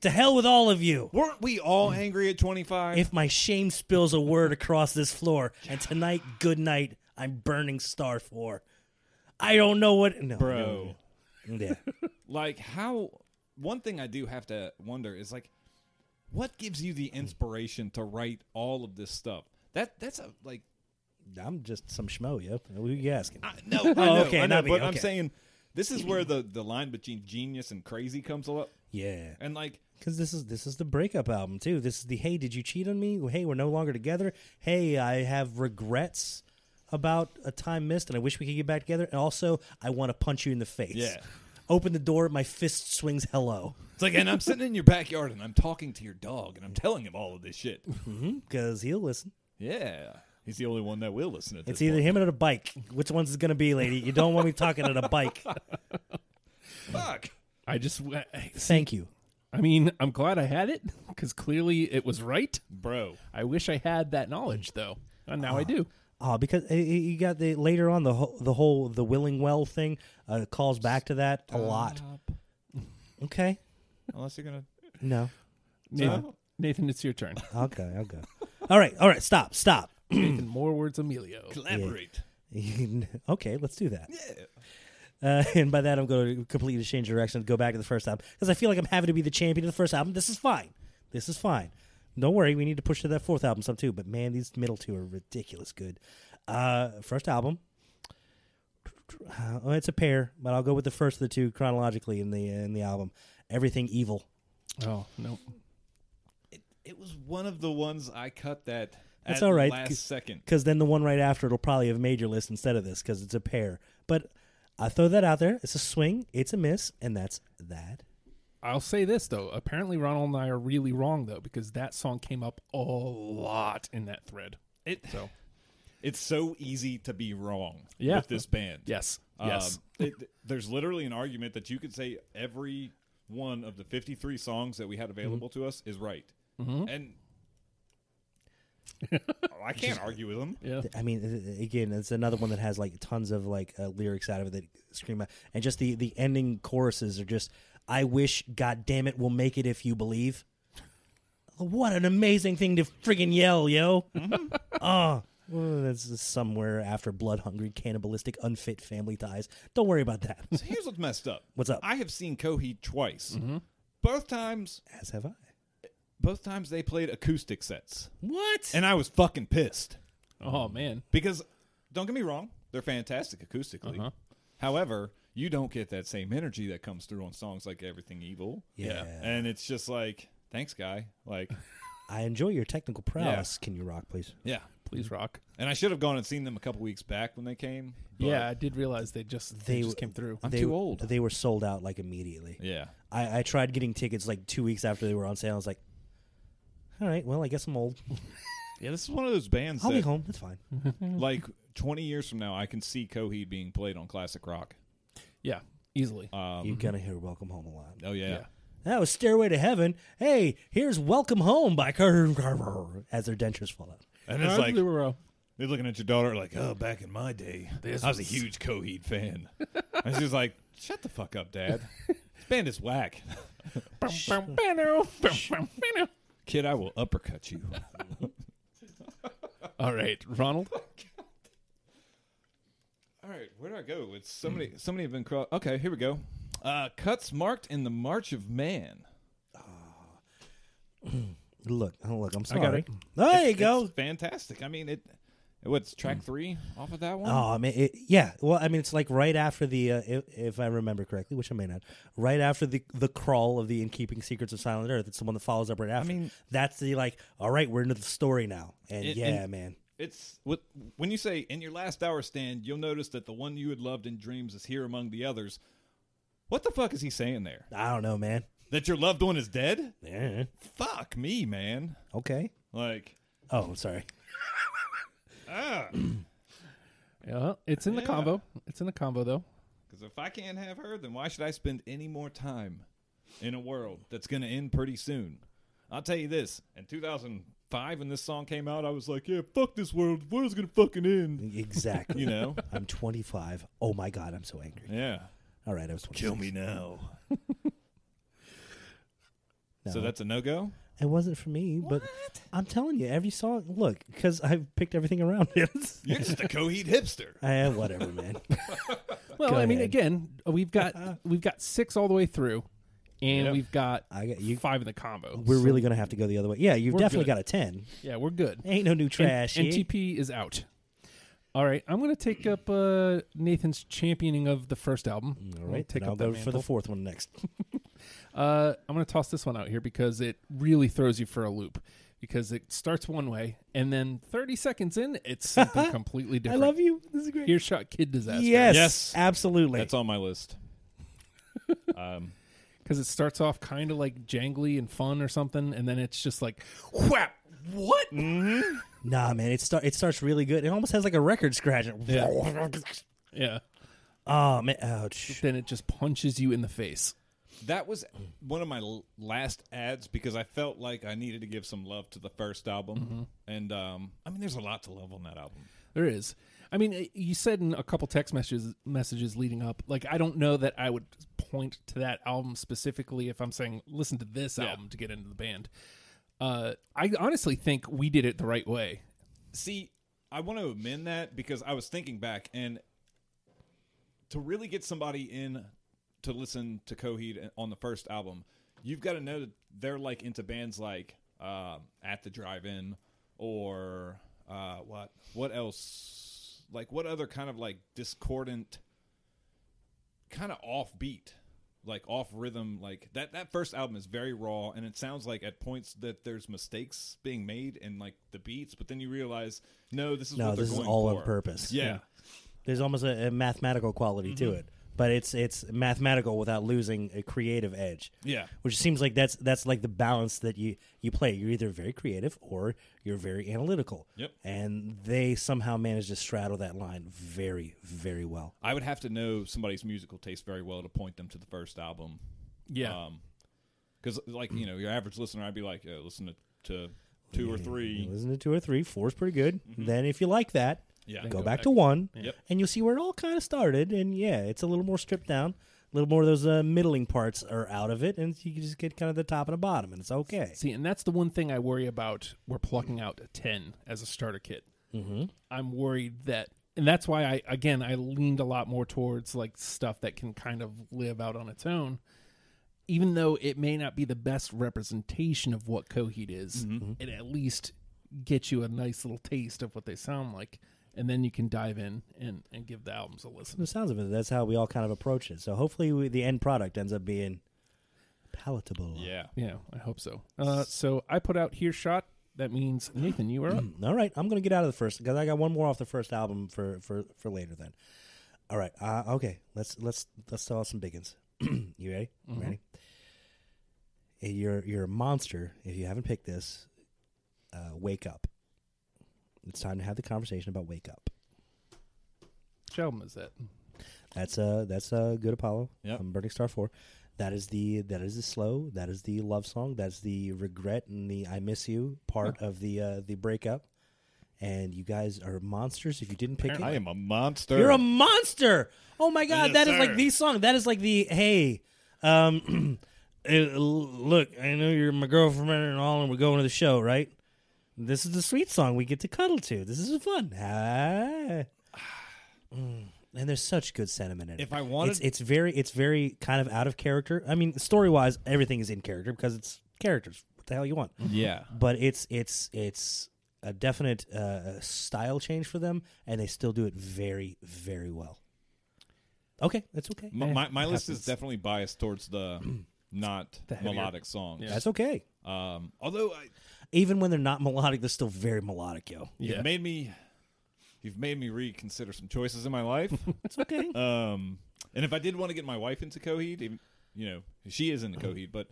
to hell with all of you. Weren't we all angry at 25? If my shame spills a word across this floor, and tonight, good night, I'm burning star for. I don't know what. No, Bro, no, no. Yeah. like how? One thing I do have to wonder is like, what gives you the inspiration to write all of this stuff? That that's a like I'm just some schmo, yep. Who are you asking? I, no, I know, okay, I know, not me, but I'm okay. saying this is where the the line between genius and crazy comes up, yeah. and like Because this is this is the breakup album too. This is the hey, did you cheat on me? Hey, we're no longer together. Hey, I have regrets about a time missed, and I wish we could get back together. And also, I want to punch you in the face. Yeah. Open the door. My fist swings. Hello. it's like, and I'm sitting in your backyard and I'm talking to your dog and I'm telling him all of this shit. Because he'll listen. yeah, he's the only one that will listen to this. It's either him or the bike. Which one's it gonna be, lady? You don't want me talking at a bike. one. fuck. I just, I, Thank you. I mean, I'm glad I had it because clearly it was right. Bro, I wish I had that knowledge though, and now I do. Oh, because eh, eh, you got the later on the whole, the whole the willing well thing uh, calls back to that a lot. Okay. unless you're gonna No. Nathan, Nathan it's your turn. Okay. I'll go. All right. All right. Stop. Stop. Nathan, more words, Emilio. collaborate. okay, let's do that. Uh, and by that, I'm going to completely change direction, go back to the first album because I feel like I'm having to be the champion of the first album. This is fine. This is fine. Don't worry, we need to push to that fourth album some too. But man, these middle two are ridiculous good. Uh, first album, uh, it's a pair, but I'll go with the first of the two chronologically in the in the album. Everything evil. Oh no, It was one of the ones I cut that. That's at all right, Last c- second. because then the one right after it'll probably have made your list instead of this because it's a pair. But I throw that out there. It's a swing. It's a miss, and that's that. I'll say this though. Apparently, Ronald and I are really wrong though because that song came up a lot in that thread. It So it's so easy to be wrong Yeah. with this band. yes, Um, yes, it, there's literally an argument that you could say every one of the 53 songs that we Mm-hmm. had available to us is right. And I can't argue with them. yeah. I mean, th- th- again, it's another one that has like tons of like uh, lyrics out of it that scream out, and just the the ending choruses are just, "I wish, God damn it, we'll make it if you believe." What an amazing thing to friggin' yell, yo! Mm-hmm. Oh, well, that's just somewhere after blood hungry, cannibalistic, unfit family ties. Don't worry about that. So here's what's messed up. What's up? I have seen Coheed twice. Mm-hmm. Both times, As have I. both times they played acoustic sets, What? and I was fucking pissed Oh man, because, don't get me wrong, they're fantastic acoustically. Uh-huh. However, you don't get that same energy that comes through on songs like "Everything Evil." Yeah. and it's just like, thanks, guy. Like, I enjoy your technical prowess. Can you rock, please? yeah, please rock. And I should have gone and seen them a couple weeks back when they came. but- yeah, I did realize they just they, They just w- came through. I'm they, too old. They were sold out like immediately. Yeah. I, I tried getting tickets like two weeks after they were on sale. I was like, all right, well, I guess I'm old. Yeah, this is one of those bands I'll be that, home. That's fine. Mm-hmm. like, 20 years from now, I can see Coheed being played on classic rock. Yeah, easily. Um, You're going to hear Welcome Home a lot. oh, yeah. Yeah. That was Stairway to Heaven. Hey, here's Welcome Home by Kurt as their dentures fall out. And it's Uh, like, they were, uh, they're looking at your daughter like, oh, back in my day, This I was, was- a huge Coheed fan. and she's like, shut the fuck up, Dad. This band is whack. bum, bum, bano, bum, bum, bano. Kid, I will uppercut you. All right, Ronald. All right, where do I go? It's so many, so many have been crossed. Okay, here we go. Uh, cuts marked in the March of Man. Look, oh, look, I'm sorry. got it. Oh, there you It's go. fantastic. I mean, it. What's track three off of that one? Oh, I mean, it, yeah. Well, I mean, it's like right after the, uh, if, if I remember correctly, which I may not, right after the the crawl of the In Keeping Secrets of Silent Earth. It's the one that follows up right after. mean- that's the like, all right, we're into the story now, and It- yeah, and- man, it's with, when you say in your last hour stand, you'll notice that the one you had loved in dreams is here among the others. What the fuck is he saying there? I don't know, man. That your loved one is dead? Eh, Fuck me, man. Okay. Like, Oh, I'm sorry. ah. Yeah, it's in the Yeah. combo. It's in the combo though. Because if I can't have her, then why should I spend any more time in a world that's going to end pretty soon? I'll tell you this. In 2005, when this song came out, I was like, yeah, fuck this world. The world's going to fucking end. Exactly. You know? I'm 25. Oh my god, I'm so angry. yeah. All right, I was 26. now. No, So that's a no go? it wasn't for me, but I'm telling you, every song. Look, because I've picked everything around it. You're just a Coheed hipster. Eh, whatever, man. Well, Go I mean, ahead. again, we've got we've got six all the way through, and Yep. we've got I got you. five in the combo. We're So, really gonna have to go the other way. Yeah, you've We're definitely good. got a 10. yeah, we're good. Ain't no new trash. N- eh? NTP is out. All right, I'm going to take up uh, Nathan's championing of the first album. Mm, All I'm gonna right, take then I'll up that go for the mantle. fourth one next. Uh, I'm going to toss this one out here because it really throws you for a loop because it starts one way and then 30 seconds in, it's something completely I different. love you. This is great. Earshot Kid Disaster. yes, Yes. absolutely. That's on my list. Um, Because it starts off kind of like jangly and fun or something, and then it's just like, whap, what? Mm-hmm. Nah, man, it start it starts really good. It almost has like a record scratch. Yeah. Oh man, ouch. Then it just punches you in the face. that was one of my l- last ads because I felt like I needed to give some love to the first album. And um, I mean, there's a lot to love on that album. There is. I mean, eh, you said in a couple text messages messages leading up, like I don't know that I would point to that album specifically if I'm saying listen to this album to get into the band. Uh, I honestly think we did it the right way. See, I want to amend that because I was thinking back and to really get somebody in to listen to Coheed on the first album, you've got to know that they're like into bands like uh, At the Drive-In or uh, what what else? Like what other kind of like discordant kind of offbeat, like off rhythm. Like that that first album is very raw, and it sounds like at points that there's mistakes being made in like the beats, but then you realize no, this is No, what they're this is going all for. on purpose. Yeah. There's almost a, a mathematical quality to Mm-hmm. it, but it's it's mathematical without losing a creative edge. Yeah. Which seems like that's that's like the balance that you you play. You're either very creative or you're very analytical. Yep. And they somehow manage to straddle that line very very well. I would have to know somebody's musical taste very well to point them to the first album. Yeah. because like you know, your average listener, I'd be like, yeah, listen to, to two or three. Listen to two or three. Four's pretty good. Then if you like that, Mm-hmm. Yeah. go, Then go back, to one. Yep. And you'll see where it all kind of started. And yeah, it's a little more stripped down. A little more of those uh, middling parts are out of it, and you can just get kind of the top and the bottom, and it's okay. See, and that's the one thing I worry about. We're plucking out a 10 as a starter kit. Mm-hmm. I'm worried that, and that's why I, again, I leaned a lot more towards like stuff that can kind of live out on its own, even though it may not be the best representation of what Coheed is. It at least gets you a nice little taste of what they sound like. And then you can dive in and, and give the albums a From listen. the sounds of it, that's how we all kind of approach it. So hopefully, we, the end product ends up being palatable. Yeah, Yeah, I hope so. Uh, so I put out Here Shot. That means, Nathan, you are up. Hmm. All right, I'm gonna get out of the first because I got one more off the first album for for for later. Then, all right, uh, okay, let's let's let's throw out some biggins. you ready? Ready? Eh, You're you're a monster if you haven't picked this. Uh, wake up! It's time to have the conversation about wake up. Which album is that? That's uh that's uh good Apollo. Yep. from Burning Star Four. That is the that is the slow. That is the love song. That's the regret and the I miss you part of the uh, the breakup. And you guys are monsters if you didn't pick it. I am a monster. You're a monster. Oh my god, Yes, that is sir. like the song. That is like the hey, um, eh, look. I know you're my girlfriend and all, and we're going to the show, right? This is the sweet song we get to cuddle to. This is fun. Ah. Mm. And there's such good sentiment in it. If I wanted- it's, it's very, it's very kind of out of character. I mean, story wise, everything is in character because it's characters. What the hell you want? yeah, but it's it's it's a definite uh, style change for them, and they still do it very very well. Okay, that's okay. my, my, my list is happens. definitely biased towards the not The heavier- melodic songs. Yeah. That's okay. Um, although I, Even when they're not melodic, they're still very melodic, yo. Yeah. you've made me, you've made me reconsider some choices in my life. It's okay. um, and if I did want to get my wife into Coheed, even, you know, she is into Coheed, but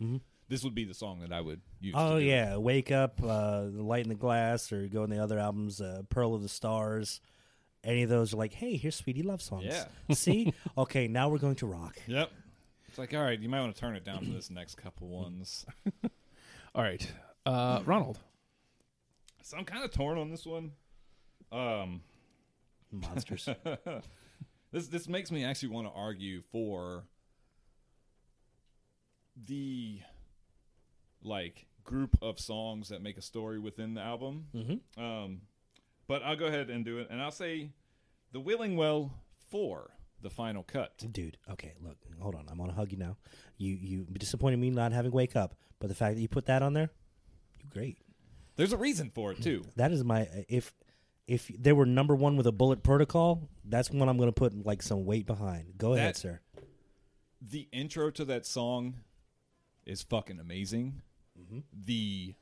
this would be the song that I would use. to oh do it. yeah, wake up, uh, the light in the glass, or go in the other albums, uh, Pearl of the Stars. Any of those are like, hey, here's Sweetie Love songs. Yeah. See, okay, now we're going to rock. Yep. It's like, all right, you might want to turn it down for this next couple ones. All right, uh, Ronald. So I'm kind of torn on this one. Um, Monsters. this this makes me actually want to argue for the like group of songs that make a story within the album. Mm-hmm. Um, but I'll go ahead and do it, and I'll say the Willing Well for the final cut. Dude, okay, look, hold on. I'm gonna hug you now. You you disappointed me not having wake up, but the fact that you put that on there, you great. There's a reason for it too. That is my if if they were number one with a bullet protocol, that's one I'm gonna put like some weight behind. Go ahead, That- sir. the intro to that song is fucking amazing. Mm-hmm. The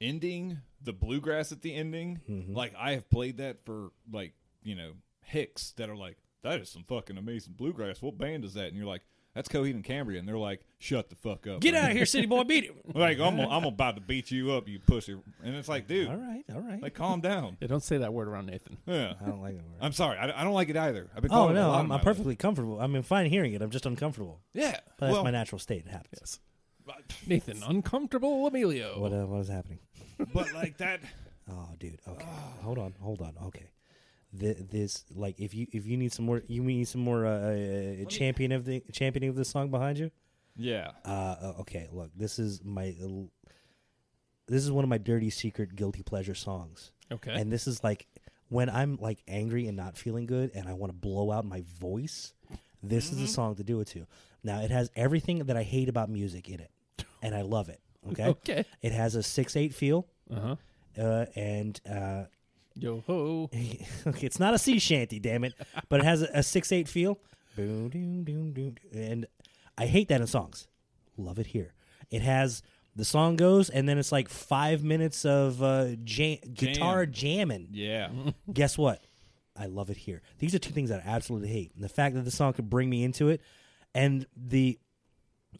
ending, the bluegrass at the ending, Mm-hmm. like I have played that for like you know hicks that are like that is some fucking amazing bluegrass. What band is that? And you're like, that's Coheed and Cambria, and they're like, shut the fuck up. Get out of here, city boy. Beat it. Like I'm, I'm about to beat you up, you pussy. And it's like, dude, All right, all right. like calm down. Yeah, don't say that word around Nathan. Yeah, I don't like that word. I'm sorry, I, I don't like it either. I've been. Oh calling it a no, lot in I'm, my I'm life. perfectly comfortable. I mean, fine hearing it. I'm just uncomfortable. Yeah, But that's well, my natural state. It happens. Yes. Nathan, uncomfortable Emilio. What uh, what is happening? but like that. Oh, dude. Okay. Hold on. Hold on. Okay. Th this like if you if you need some more you need some more uh, uh, champion of the championing of the song behind you. Yeah, Uh, uh, okay. Look, this is my l- this is one of my dirty secret guilty pleasure songs, Okay. and this is like when I'm like angry and not feeling good, and I want to blow out my voice. This is the song to do it to. Now it has everything that I hate about music in it, and I love it. Okay. Okay. It has a six eight feel, uh huh. uh, and uh, Yo ho. okay, it's not a sea shanty, damn it, but it has a, a six eight feel. Boom, doom, doom, doom, and I hate that in songs. Love it here. It has the song goes, and then it's like five minutes of uh, jam- guitar jamming. yeah. Guess what? I love it here. These are two things that I absolutely hate. And the fact that the song could bring me into it, and the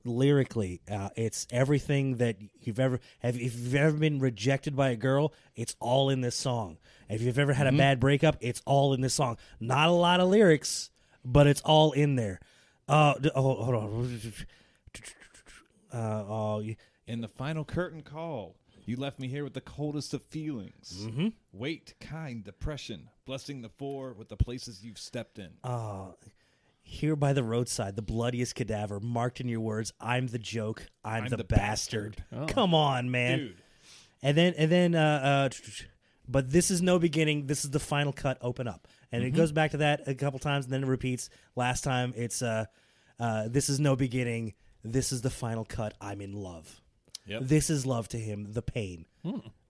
lyrically, uh, it's everything that you've ever have. If you've ever been rejected by a girl, it's all in this song. If you've ever had a bad breakup, it's all in this song. Not a lot of lyrics, but it's all in there. Uh, d- oh, hold on. Uh, oh, you- In the final curtain call, you left me here with the coldest of feelings. Mm-hmm. Weight, kind, depression, blessing the four with the places you've stepped in. Um, Here by the roadside, the bloodiest cadaver, marked in your words, I'm the joke, I'm, the, bastard. Come on, man. Dude, And then, and then, uh, uh, tch, tch, but this is no beginning. This is the final cut. Open up, and it goes back to that a couple times, and then it repeats. Last time, it's uh, uh, this is no beginning. This is the final cut. I'm in love. Yep. This is love to him. The pain.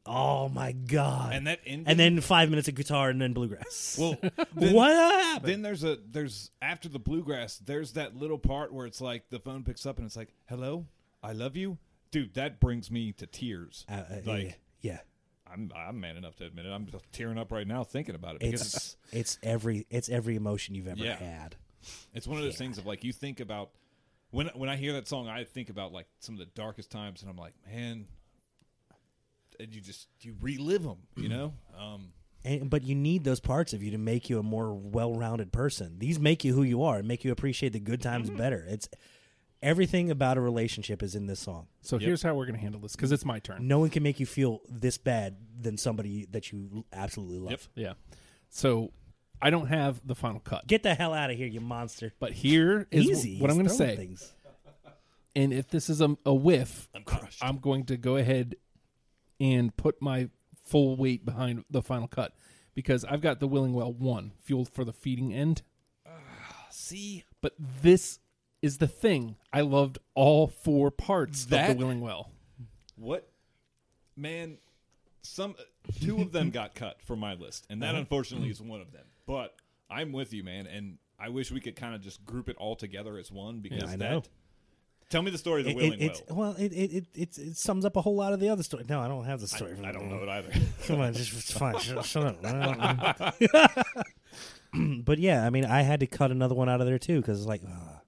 Oh my god. and that ending. and then five minutes of guitar, and then bluegrass. well, then, what happened? Then there's a there's after the bluegrass. There's that little part where it's like the phone picks up and it's like, "Hello, I love you." Dude, that brings me to tears. Uh, uh, like yeah. yeah. I'm, I'm man enough to admit it. I'm just tearing up right now thinking about it because it's It's it's every it's every emotion you've ever Yeah. had. It's one of those things of like you think about when when I hear that song, I think about like some of the darkest times, and I'm like, man, and you just you relive them, you know. Um, And, but you need those parts of you to make you a more well-rounded person. These make you who you are and make you appreciate the good times Mm-hmm. better. It's everything about a relationship is in this song. So here's how we're gonna handle this because it's my turn. No one can make you feel this bad than somebody that you absolutely love. Yeah. So I don't have the final cut, Get the hell out of here, you monster! but here is wh- Easy. what I'm he's gonna throwing say. Things. And if this is a, a whiff, I'm crushed. I'm going to go ahead and put my full weight behind the final cut because I've got the Willing Well one fueled for the feeding end. See, But this is the thing. I loved all four parts That- of the Willing Well. what, man? Some two of them got cut from my list, and that unfortunately is one of them. But I'm with you, man, and I wish we could kind of just group it all together as one because I that know. Tell me the story of the It- Willing it, it's, Will. well, it, it, it, it's it sums up a whole lot of the other story. No, I don't have the story. from I the don't Willing know it either. Come on, just it's fine. Shut, shut up. I don't know. but yeah, I mean, I had to cut another one out of there too because it's like, ugh.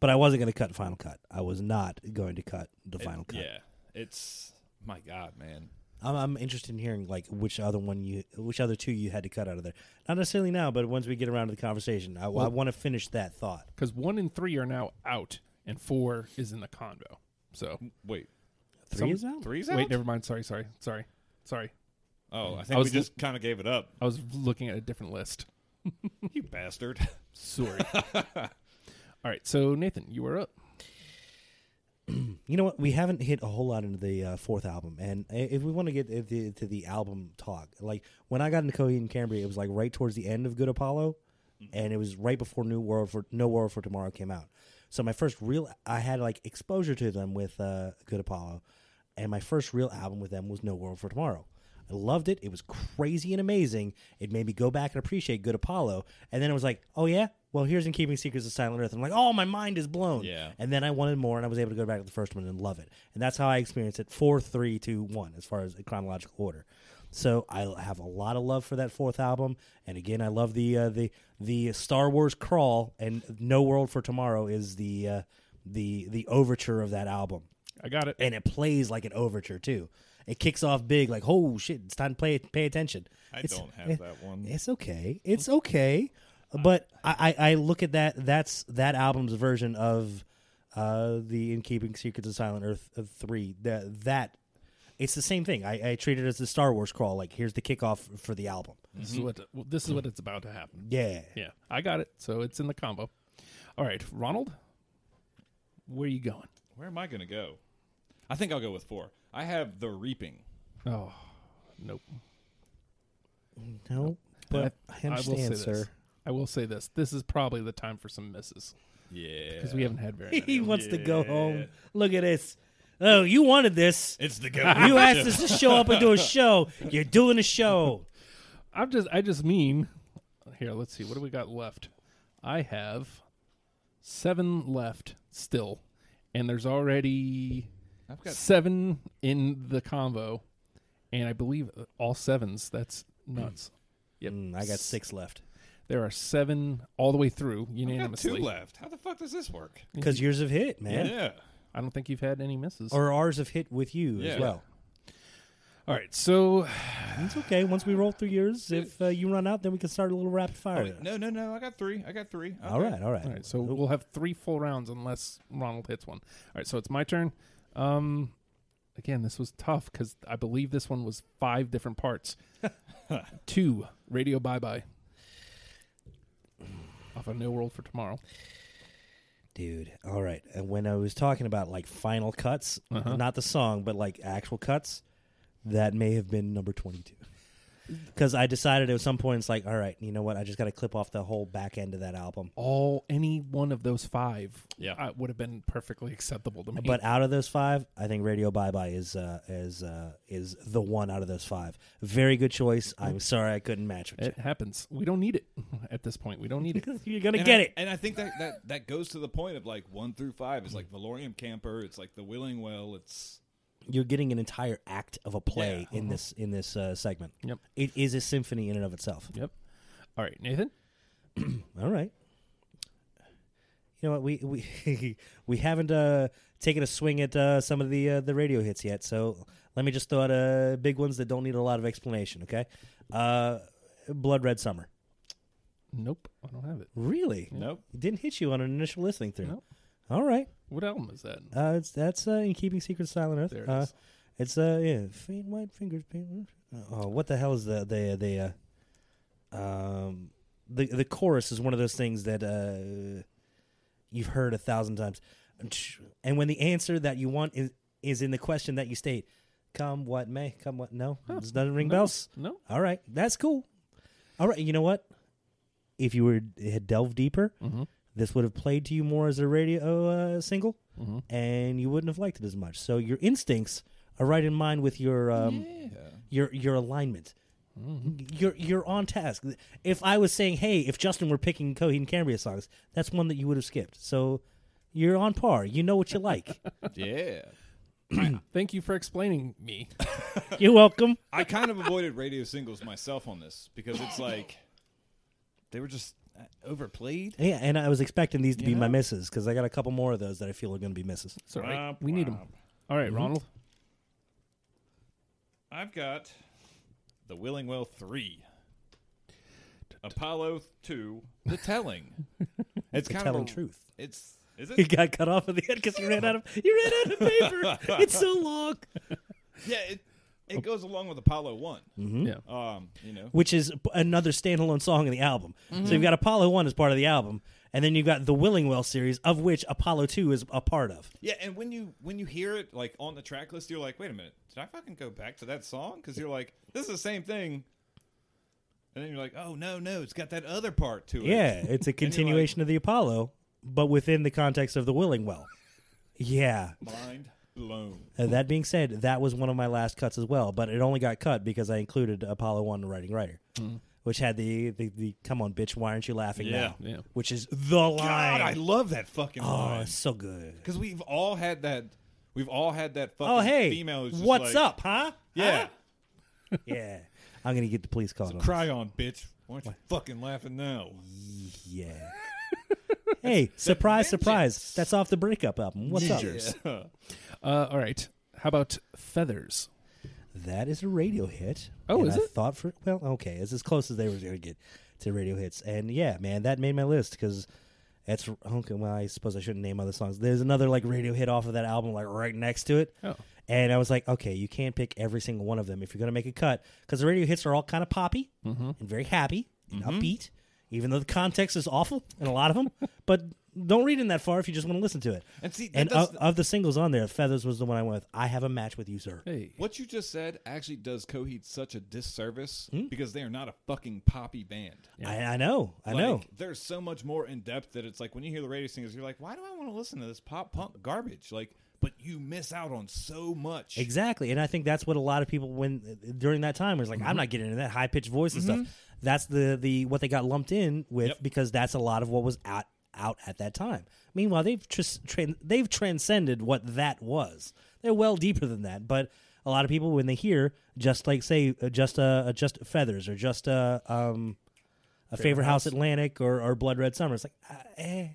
but I wasn't going to cut Final Cut. I was not going to cut the Final Cut. yeah, it's my God, man. I'm, I'm interested in hearing like which other one you, which other two you had to cut out of there. Not necessarily now, but once we get around to the conversation, I, I want to finish that thought. Because one and three are now out, and four is in the condo. So Wait, Three Some- is out. three's out. wait, never mind. Sorry, sorry, sorry, sorry. oh, I I think we was just kind of gave it up. I was looking at a different list. You bastard. Sorry. All right, so Nathan, you are up. You know what? We haven't hit a whole lot into the uh, fourth album, and i- if we want to get into to the album talk, like when I got into Coheed and Cambria, it was like right towards the end of Good Apollo, and it was right before New World for No World for Tomorrow came out. So my first real, I had like exposure to them with uh, Good Apollo, and my first real album with them was No World for Tomorrow. I loved it. It was crazy and amazing. It made me go back and appreciate Good Apollo. And then it was like, oh yeah, well here's in Keeping Secrets of Silent Earth. And I'm like, oh my mind is blown. Yeah. And then I wanted more, and I was able to go back to the first one and love it. And that's how I experienced it four, three, two, one, as far as a chronological order. So I have a lot of love for that fourth album, and again, I love the uh, the the Star Wars crawl and No World for Tomorrow is the uh, the the overture of that album I got it. and it plays like an overture too. It kicks off big, like oh shit, it's time to play. Pay attention. I It's- don't have it- that one. It's okay. It's okay. But I, I, I look at that. That's that album's version of uh, the In Keeping Secrets of Silent Earth of three. That that it's the same thing. I, I treat it as the Star Wars crawl. Like here's the kickoff for the album. This Mm-hmm. is what well, this is what it's about to happen. Yeah. Yeah, I got it. So it's in the combo. All right, Ronald, where are you going? Where am I gonna go? I think I'll go with four. I have the reaping. Oh, nope. No, but I, will say understand, this. sir. I will say this. This is probably the time for some misses Yeah, because we haven't had very many. He wants to go home. Look at this. Oh, you wanted this. it's the go. You asked us to show up and do a show. You're doing a show. I'm just I just mean here, let's see, what do we got left? I have seven left still, and there's already I've got seven in the combo, and I believe all sevens. That's Hmm. nuts. Yep. Mm, I got six left There are seven all the way through I've got two unanimously. left. How the fuck does this work? because yours have hit, man, Yeah. I don't think you've had any misses. or ours have hit with you Yeah. as well. all right, so It's okay. Once we roll through yours, if uh, you run out, then we can start a little rapid fire. Oh, No, no, no. I got three. I got three. All Okay. right, all right. All right, so we'll have three full rounds unless Ronald hits one. All right, so it's my turn. Um, again, this was tough because I believe this one was five different parts. Two radio bye bye off of No World for Tomorrow. dude. All right. And when I was talking about like final cuts, Uh-huh. not the song, but like actual cuts, that may have been number twenty-two. Because I decided at some point, it's like, all right, you know what? I just got to clip off the whole back end of that album. All any one of those five, Yeah. uh, would have been perfectly acceptable to me. But out of those five, I think Radio Bye Bye is uh, is uh, is the one out of those five. Very good choice. I'm sorry I couldn't match with it happens. We don't need it at this point. We don't need it. you. You're gonna And get I, it. And I think that, that that goes to the point of like one through five is like Valorium Camper. It's like the Willing Well. It's You're getting an entire act of a play Yeah. in this in this uh, segment. Yep. It is a symphony in and of itself. Yep. All right, Nathan. All right. You know what we we we haven't uh, taken a swing at uh, some of the uh, the radio hits yet, so let me just throw out uh, big ones that don't need a lot of explanation. Okay, uh, Blood Red Summer. Nope, I don't have it. Really? nope. It didn't hit you on an initial listening through. Nope. All right. What album is that? Uh, it's, that's uh, in keeping secrets, silent earth. There it uh, is. It's uh, yeah, faint white fingers. Paint. Oh, what the hell is the the the uh, um the the chorus is one of those things that uh you've heard a thousand times, and when the answer that you want is is in the question that you state, come what may, come what no, This doesn't ring No. bells. No. All right, that's cool. All right, you know what? If you were had delved deeper, Mm-hmm, this would have played to you more as a radio uh, single, mm-hmm. and you wouldn't have liked it as much. So your instincts are right in line with your um, your your alignment. You're you're on task. If I was saying, hey, if Justin were picking Coheed and Cambria songs, that's one that you would have skipped. So You're on par. You know what you like. Yeah. Thank you for explaining me. You're welcome. I kind of avoided radio singles myself on this because it's like they were just uh, overplayed. Yeah, and I was expecting these to be my know? misses because I got a couple more of those that I feel are going to be misses. Sorry, Womp we need him. womp. All Mm-hmm. right, Ronald. I've got The Willing Well 3, Apollo 2, The Telling. It's kind Telling of a- truth. It's is He it? got cut off at the end because he ran out of he ran out of paper. it's so long, yeah, it, it goes along with Apollo One. Mm. Mm-hmm. Yeah. Um, you know, which is p- another standalone song in the album. Mm-hmm. So you've got Apollo One as part of the album, and then you've got the Willing Well series, of which Apollo Two is a part of. yeah, and when you when you hear it like on the track list, you're like, wait a minute, did I fucking go back to that song? Because you're like, this is the same thing. And then you're like, oh no, no, it's got that other part to it. Yeah, it's a continuation of the Apollo, but within the context of the Willing Well. Yeah. mind blown. Uh, that being said, that was one of my last cuts as well, but it only got cut because I included Apollo One, the Writing Writer, which had the, the the "Come on, bitch, why aren't you laughing Mm. Yeah, now?" yeah. Which is the line. God, I love that fucking oh, line. it's so good. Because we've all had that. We've all had that fucking Oh, hey, female. Who's just what's like, up, huh? Yeah, Huh? yeah. I'm gonna get the police called. on cry on, bitch. Why aren't you fucking laughing now? this. Yeah. hey, surprise, surprise! vengeance. That's off the breakup album. What's up? Yeah. Uh, all right. How about feathers? That is a radio hit. Oh, and is I it? Thought for well, okay, it's as close as they were going to get to radio hits, and yeah, man, that made my list because that's okay. Well, I suppose I shouldn't name other songs. There's another like radio hit off of that album, like right next to it. Oh. And I was like, okay, you can't pick every single one of them if you're going to make a cut because the radio hits are all kind of poppy and very happy and upbeat, even though the context is awful in a lot of them. but don't read in that far if you just want to listen to it. And see, that and does- of, of the singles on there, Feathers was the one I went with. I have a match with you, sir. Hey. What you just said actually does Coheed such a disservice Hmm? because they are not a fucking poppy band. I, I know, I like, know. There's so much more in depth that it's like when you hear the radio singers, you're like, why do I want to listen to this pop punk garbage? Like, but you miss out on so much. Exactly, and I think that's what a lot of people when during that time was like, I'm not getting into that high pitched voice and stuff. That's the the what they got lumped in with Yep. because that's a lot of what was out out at that time. Meanwhile, they've tris- tran- they've transcended what that was. They're well deeper than that, but a lot of people when they hear just like say uh, just uh uh, just feathers or just uh um a favorite house Atlantic or, or blood red summer, it's like uh, eh.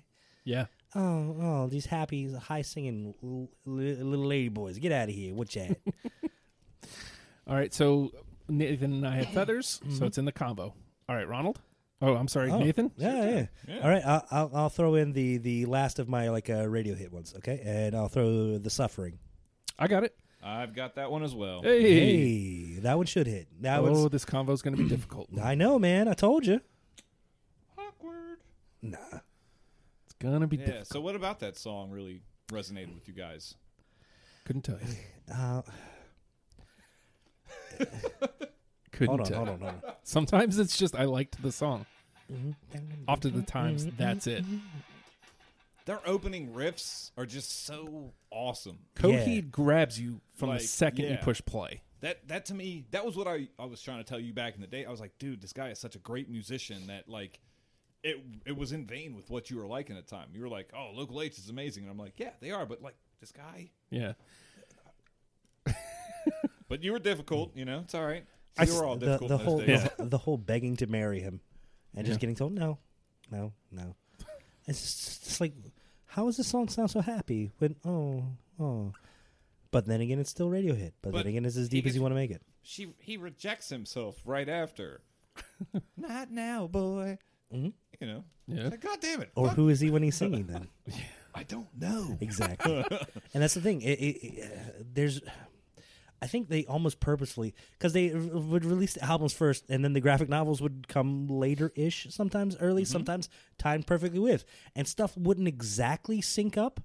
Yeah. Oh, oh, these happy, high singing l- li- little lady boys, get out of here! What you at? All right. So Nathan and I have feathers, so it's in the combo. All right, Ronald. Oh, I'm sorry, Mm-hmm. Oh, Nathan. Yeah, yeah. Yeah. All right, I'll, I'll I'll throw in the the last of my like uh, radio hit ones, okay? And I'll throw the suffering. I got it. I've got that one as well. Hey. Hey, that one should hit. That Oh, one's this convo's going to be difficult. I know, man. I told you. Awkward. Nah. It's going to be Yeah. difficult. So what about that song really resonated with you guys? Couldn't tell you. Uh, Couldn't hold on, tell. hold you. on, hold on. Mm-hmm. Sometimes it's just I liked the song. Often the times, that's it. Their opening riffs are just so awesome. Coheed grabs you from Like, the second you yeah. push play. That that to me, that was what I, I was trying to tell you back in the day. I was like, dude, this guy is such a great musician that like it it was in vain with what you were liking at the time. You were like, Oh, local H is amazing and I'm like, Yeah, they are, but like this guy Yeah. But you were difficult, you know, it's all right. I We s- were all The, difficult the in those whole days. the, the whole begging to marry him, and just Yeah. getting told no, no, no. It's just it's like, how does this song sound so happy when oh oh? But then again, it's still radio hit. But, But then again, it's as he deep as gets- you want to make it. She he rejects himself right after. Not now, boy. You know. Yeah. It's Like, God damn it. Mm-hmm. Or fuck, who is he when he's singing then? I don't know. Exactly. and that's the thing. It, it, it, uh, there's, I think they almost purposefully because they r- would release the albums first, and then the graphic novels would come later ish. Sometimes early, sometimes timed perfectly with, and stuff wouldn't exactly sync up.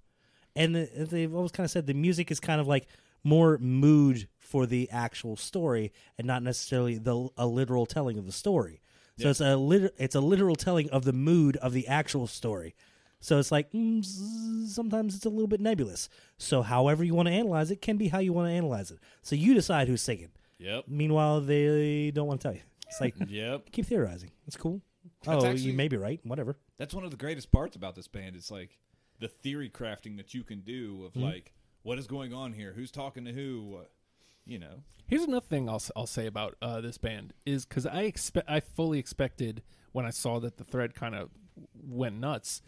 And the, they've always kind of said the music is kind of like more mood for the actual story, and not necessarily the a literal telling of the story. So it's a lit- it's a literal telling of the mood of the actual story. So it's like mm, z- sometimes it's a little bit nebulous. So however you want to analyze it can be how you want to analyze it. So you decide who's singing. Yep. Meanwhile, they don't want to tell you. It's like Yep. keep theorizing. It's cool. That's oh, actually- you may be right. Whatever. That's one of the greatest parts about this band. It's like the theory crafting that you can do of like what is going on here, who's talking to who, uh, you know. Here's another thing I'll, s- I'll say about uh, this band is because I expect I fully expected when I saw that the thread kind of went nuts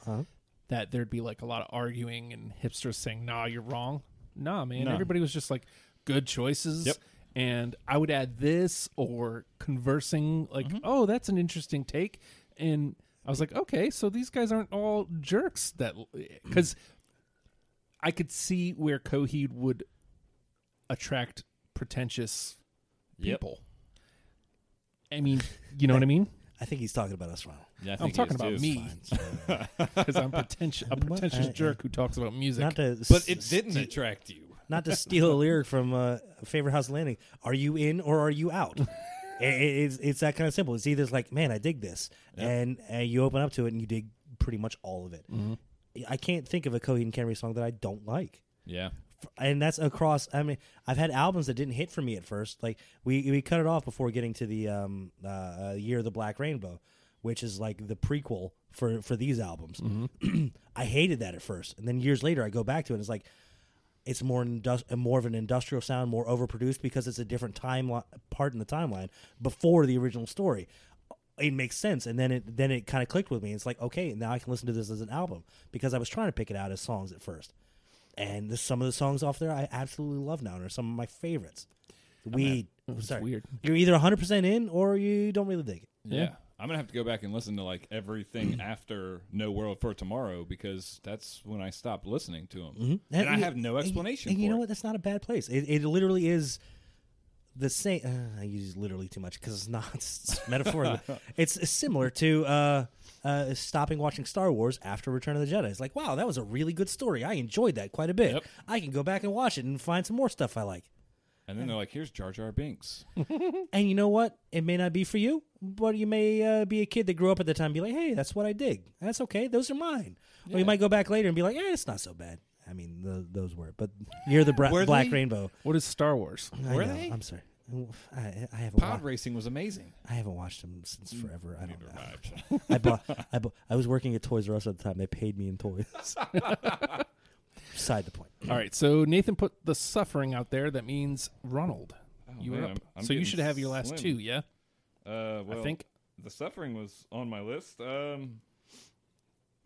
that there'd be like a lot of arguing and hipsters saying nah you're wrong nah man Nah. everybody was just like good choices Yep. and I would add this or conversing like oh that's an interesting take and I was like okay so these guys aren't all jerks that because I could see where Coheed would attract pretentious Yep. people. I mean, you know what I mean? I think he's talking about us, Ronald. Yeah, I I'm think it talking is, about too. me Fine, so- because I'm pretentious, a pretentious jerk who talks about music. not to, But it it's didn't attract you. not to steal a lyric from uh, Favorite House Landing. Are you in or are you out? I- I it's, it's that kind of simple. It's either like, man, I dig this, and, and you open up to it and you dig pretty much all of it. Mm-hmm. I can't think of a Coheed and Cambria song that I don't like. Yeah. and that's across i mean i've had albums that didn't hit for me at first like we, we cut it off before getting to the um, uh, uh, year of the black rainbow which is like the prequel for for these albums i hated that at first and then years later i go back to it and it's like it's more indus- uh, more of an industrial sound more overproduced because it's a different time part in the timeline before the original story it makes sense and then it then it kind of clicked with me it's like okay now i can listen to this as an album because i was trying to pick it out as songs at first and the, some of the songs off there I absolutely love now and are some of my favorites. Weed. It's Sorry. weird. You're either 100% in or you don't really dig it. Yeah. Yeah. I'm gonna have to go back and listen to like everything after No World for Tomorrow because that's when I stopped listening to them, and, I have no and- explanation. And, you for know it. what? That's not a bad place. It, it literally is the same. Uh, I use literally too much because it's not it's metaphorically. it's similar to uh, uh, stopping watching Star Wars after Return of the Jedi. It's like, wow, that was a really good story. I enjoyed that quite a bit. Yep. I can go back and watch it and find some more stuff I like. And then they're like, "Here's Jar Jar Binks." And you know what? It may not be for you, but you may uh, be a kid that grew up at the time and be like, hey, that's what I dig. That's okay. Those are mine. Or you might go back later and be like, eh, it's not so bad. I mean, tho- those were. But near the bra- Were Black they? Rainbow. What is Star Wars? I Were know. they? I'm sorry. I, I haven't Pod Mm, watched. racing was amazing. I haven't watched them since forever. I don't know. Right. I bought. I bought. I was working at Toys R Us at the time. They paid me in toys. Side the point. All right, so Nathan put the suffering out there. That means Ronald. you Oh, man, were up. I'm- I'm so you getting should have your last slim. two, yeah? uh, well, I think the suffering was on my list. Um,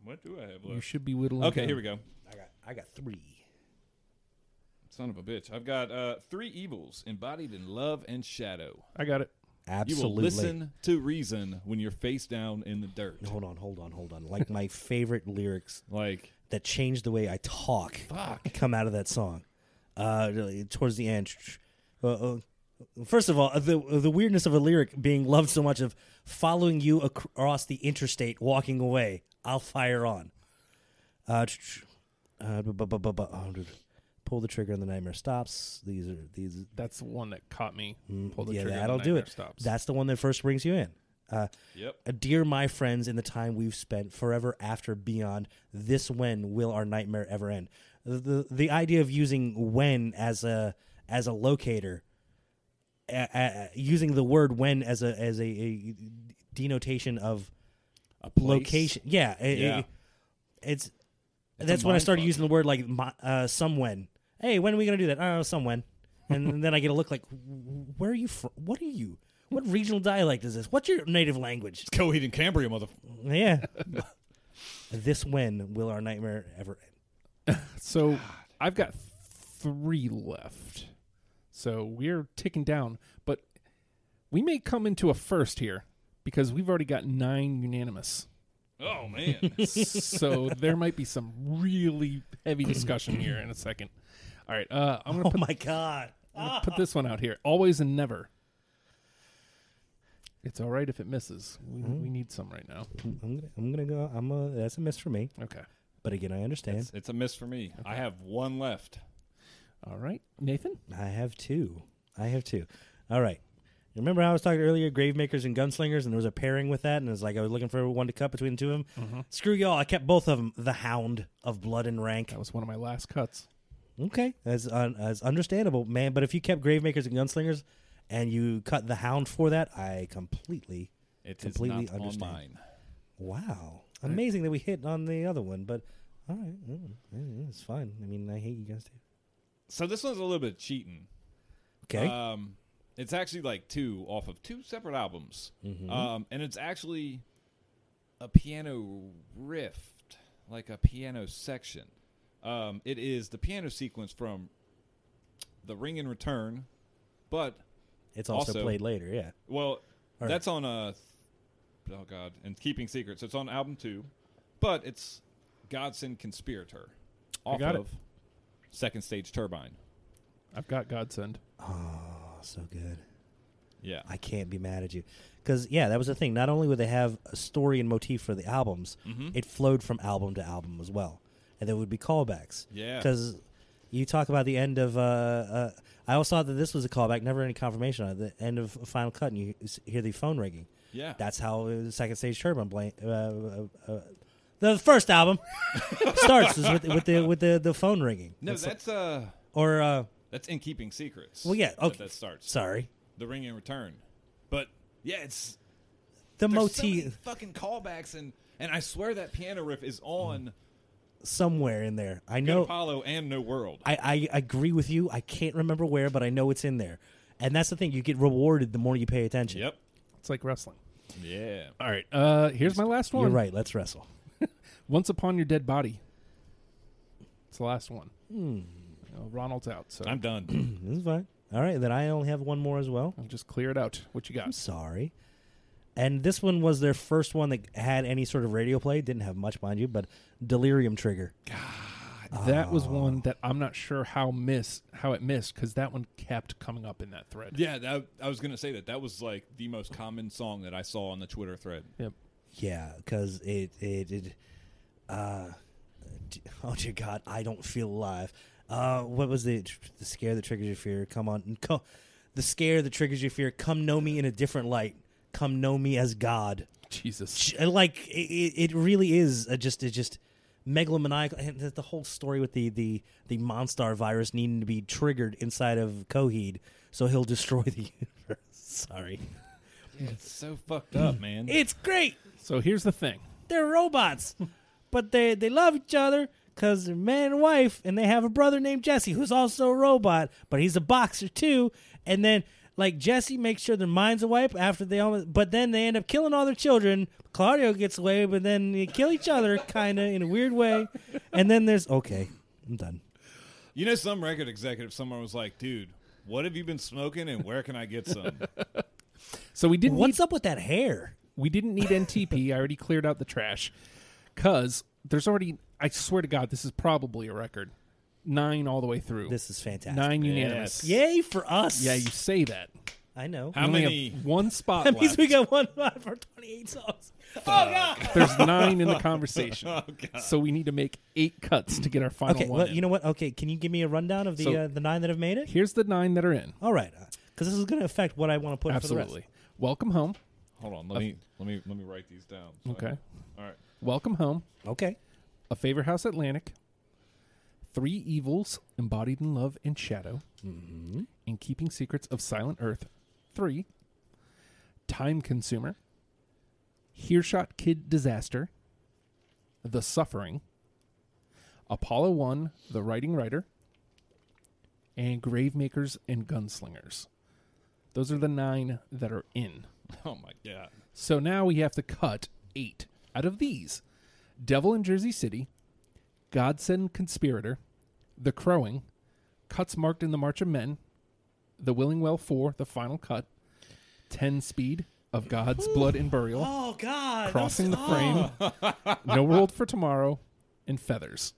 what do I have you left? should be whittling. Okay, here we go. I got. I got three. Son of a bitch. I've got uh, three evils embodied in love and shadow. I got it. Absolutely. You will listen to reason when you're face down in the dirt. Hold on. Hold on. Hold on. Like my favorite lyrics Like that changed the way I talk come out of that song. Uh, really, towards the end, Uh, uh, first of all, uh, the the weirdness of a lyric being loved so much of following you ac- across the interstate, walking away. I'll fire on. Uh, uh, bu- bu- bu- bu- bu- oh, dude. pull the trigger and the nightmare stops. These are these. That's the one that caught me. Pull the Mm, yeah, trigger. that'll the do nightmare it. Stops. That's the one that first brings you in. Uh, Yep. uh, Dear my friends, in the time we've spent forever after beyond, this when will our nightmare ever end? The the idea of using when as a as a locator, a, a- using the word when as a as a, a denotation of A place. location, yeah, i- i- Yeah. it's, It's that's a when I started mindfuck. using the word like my, uh, some when. Hey, when are we gonna do that? Oh, some when, and, then I get a look like, where are you from? What are you? What regional dialect is this? What's your native language? Coheed and Cambria, mother. Yeah. this when will our nightmare ever end? So I've got three left. So we're ticking down, but we may come into a first here because we've already got nine unanimous. Oh man. so there might be some really heavy discussion here in a second. All right, uh, I'm gonna Oh my god. put, put this one out here. Always and never. It's all right if it misses. We, we need some right now. I'm gonna, I'm gonna go. I'm a. That's a miss for me. Okay. But again, I understand. it's, it's a miss for me. I have one left. All right, Nathan. I have two. I have two. All right. Remember how I was talking earlier, Gravemakers and Gunslingers, and there was a pairing with that, and it was like I was looking for one to cut between the two of them. Screw y'all. I kept both of them. The Hound of Blood and Rank. That was one of my last cuts. Okay, that's un- that's understandable, man. But if you kept Gravemakers and Gunslingers, and you cut the Hound for that, I completely It's Completely not on understand. mine. Wow. Amazing that we hit on the other one, but All right, mm, yeah, yeah, it's fine. I mean, I hate you guys too. So this one's a little bit cheating. Okay, Um, it's actually like two off of two separate albums. Um, and it's actually a piano riff, like a piano section. Um, it is the piano sequence from The Ring and Return, but it's also, also- played later. Yeah, well, right. that's on a. Oh God! And keeping secrets. It's on album two, but it's Godsend Conspirator, off got it. of Second Stage Turbine. I've got Godsend. oh, so good. Yeah, I can't be mad at you because yeah, that was the thing. Not only would they have a story and motif for the albums, Mm-hmm. it flowed from album to album as well, and there would be callbacks. Yeah. because you talk about the end of. Uh, uh, I always thought that this was a callback. Never any confirmation on it. The end of Final Cut, and you s- hear the phone ringing. yeah. That's how the second stage turbine blank. Uh, uh, uh, the first album starts is with, with the with the, the phone ringing. no, It's- that's uh, or uh, that's in keeping secrets. well, yeah, that okay. That starts Sorry, the Ring and Return, but yeah, it's the there's so motif many fucking callbacks and and I swear that piano riff is on Mm. somewhere in there. I Good know. Apollo and No World. I, I agree with you. I can't remember where, but I know it's in there. And that's the thing. You get rewarded the more you pay attention. yep. It's like wrestling. Yeah. All right. Uh, here's my last one. You're right. Let's wrestle. Once upon your dead body. It's the last one. Hmm. Uh, Ronald's out, so I'm done. This is fine. All right. Then I only have one more as well. I'll just clear it out. What you I'm got? sorry. And this one was their first one that had any sort of radio play. Didn't have much, mind you, but Delirium Trigger. That Ah. was one that I'm not sure how miss how it missed because that one kept coming up in that thread. yeah, that, I was gonna say that. That was like the most common song that I saw on the Twitter thread. Yep. Yeah, because it it it. Uh, d- oh dear God, I don't feel alive. Uh, what was the the scare that triggers your fear? Come on, co- the scare that triggers your fear. Come know me in a different light. Come know me as God. Jesus. Ch- uh, Like it, it it really is a just it just megalomaniacal and the, the whole story with the the the Monstar virus needing to be triggered inside of Coheed so he'll destroy the universe. Sorry, It's so fucked up, man. it's great. So here's the thing. they're robots, but they they love each other because they're man and wife, and they have a brother named Jesse who's also a robot, but he's a boxer too. And then like Jesse makes sure their minds are wiped after they almost, but then they end up killing all their children. Claudio gets away, but then they kill each other kind of in a weird way. And then there's okay, I'm done. You know, some record executive somewhere was like, "Dude, what have you been smoking, and where can I get some?" So we didn't What's up with that hair? We didn't need NTP. I already cleared out the trash because there's already. I swear to God, this is probably a record. Nine all the way through. This is fantastic. nine unanimous. Yay for us! Yeah, you say that. I know. How We only many? Have one spot That means left. we got one five for 28 songs. Oh God! There's nine in the conversation. Oh, God. So we need to make eight cuts to get our final Okay, one. well, in. you know what? Okay, can you give me a rundown of the So- uh, the nine that have made it? Here's the nine that are in. All right, because this is going to affect what I want to put for the Absolutely. Welcome home. Hold on, let me let me let me write these down. So I- Okay. all right. Welcome home. rest. Okay, A Favor House Atlantic, Three Evils, Embodied in Love and Shadow, In Keeping Secrets of Silent Earth, Three, Time Consumer, Hearshot Kid Disaster, The Suffering, Apollo 1, The Writing Writer, and Gravemakers and Gunslingers. Those are the nine that are in. Oh my god. So now we have to cut eight out of these Devil in Jersey City, Godsend Conspirator, The Crowing, Cuts Marked in the March of Men, The Willing Well 4, The Final Cut, 10 Speed of God's Blood and Burial, Oh God! Crossing the Frame, No World for Tomorrow, and Feathers.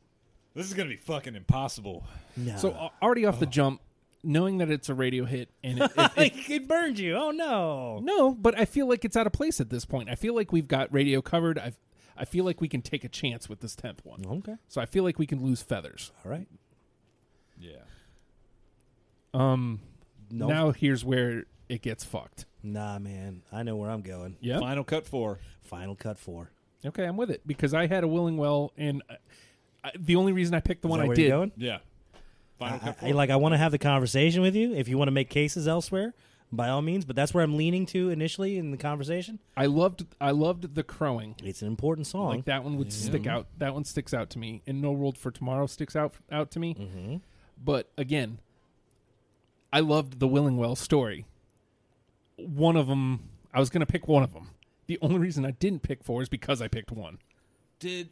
This is gonna be fucking impossible. No. So a- already off the jump, knowing that it's a radio hit and it, it, it it burned you. Oh no! No, but I feel like it's out of place at this point. I feel like we've got radio covered. I I feel like we can take a chance with this tenth one. Okay. So I feel like we can lose feathers. All right. Yeah. Um No. now here's where it gets fucked. Nah, man. I know where I'm going. Yeah. Final cut four. Final cut four. Okay, I'm with it because I had a willing well and I, I, the only reason I picked the Is one that I where did You're going? Yeah. Final I, cut I- four. like I want to have the conversation with you. If you want to make cases elsewhere, by all means. But that's where I'm leaning to initially in the conversation. I loved I loved the crowing. It's an important song. Like that one would stick out. That one sticks out to me, and No World for Tomorrow sticks out out to me. Mm-hmm. But again, I loved the Willingwell story. One of them, I was going to pick one of them. The only reason I didn't pick four is because I picked one. Did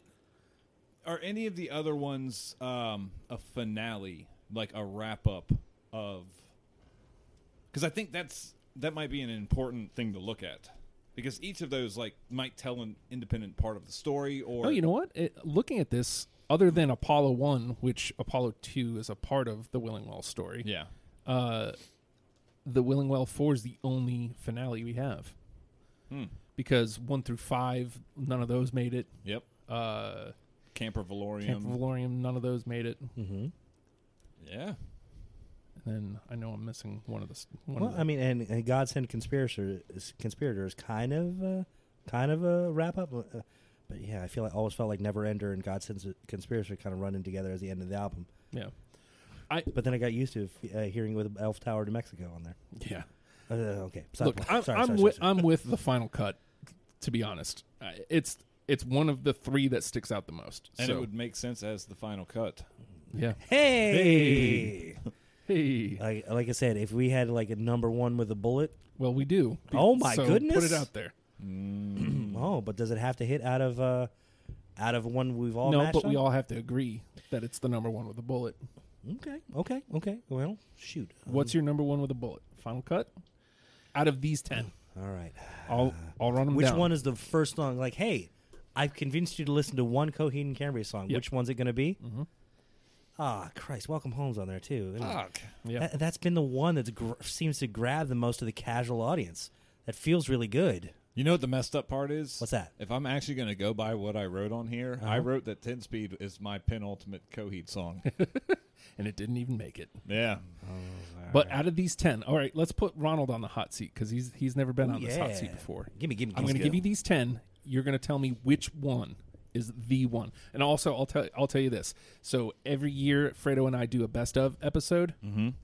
are any of the other ones um, a finale, like a wrap up of? Because I think that's that might be an important thing to look at, because each of those like might tell an independent part of the story, or Oh, you know what? It, looking at this, other than Apollo One, which Apollo Two is a part of the Willingwell story, yeah, uh, the Willingwell Four is the only finale we have. Hmm. Because one through five, none of those made it. yep, Uh, Camper Valorium, Camp Valorium, none of those made it. Hmm. yeah, And then I know I'm missing one of the. s- One Well, of the I mean, and, and Godsend conspirator is conspirators kind of uh, kind of a wrap up, uh, but yeah, I feel like always felt like Neverender and Godsend conspirator kind of running together as the end of the album. yeah, But then I got used to uh, hearing with Elf Tower to Mexico on there. yeah. Uh, okay, stop. Look, I'm sorry, I'm, sorry, with, sorry, sorry. I'm with the final cut. To be honest, I- it's it's one of the three that sticks out the most. and so it would make sense as the final cut. yeah. Hey. Hey, Like, like I said, if we had like a number one with a bullet, well, we do. Oh, my So Put goodness. it out there. Hmm. oh, but does it have to hit out of uh, out of one we've all no, matched but we on? all have to agree that it's the number one with a bullet. okay, okay, okay. Well, shoot. What's your number one with a bullet? Final cut. Out of these ten, All right. I'll I'll run them Which down. one is the first song? Like, hey, I've convinced you to listen to one Coheed and Cambria song. Yep. Mm-hmm. Which one's it going to be? Ah, Christ, Welcome Home's on there too. Isn't it? Ah, Yeah. That, has been the one that gr- seems to grab the most of the casual audience. That feels really good. You know what the messed up part is? What's that? Uh-huh. If I'm actually going to go by what I wrote on here, I wrote that 10 Speed is my penultimate Coheed song. And it didn't even make it. yeah. But out of these ten, all right, let's put Ronald on the hot seat because he's he's never been on this Oh, hot seat yeah. before. Gimme, gimme, I'm gimme, going to give gimme. you these ten. You're going to tell me which one is the one. And also, I'll tell I'll tell you this. So every year, Fredo and I do a best of episode,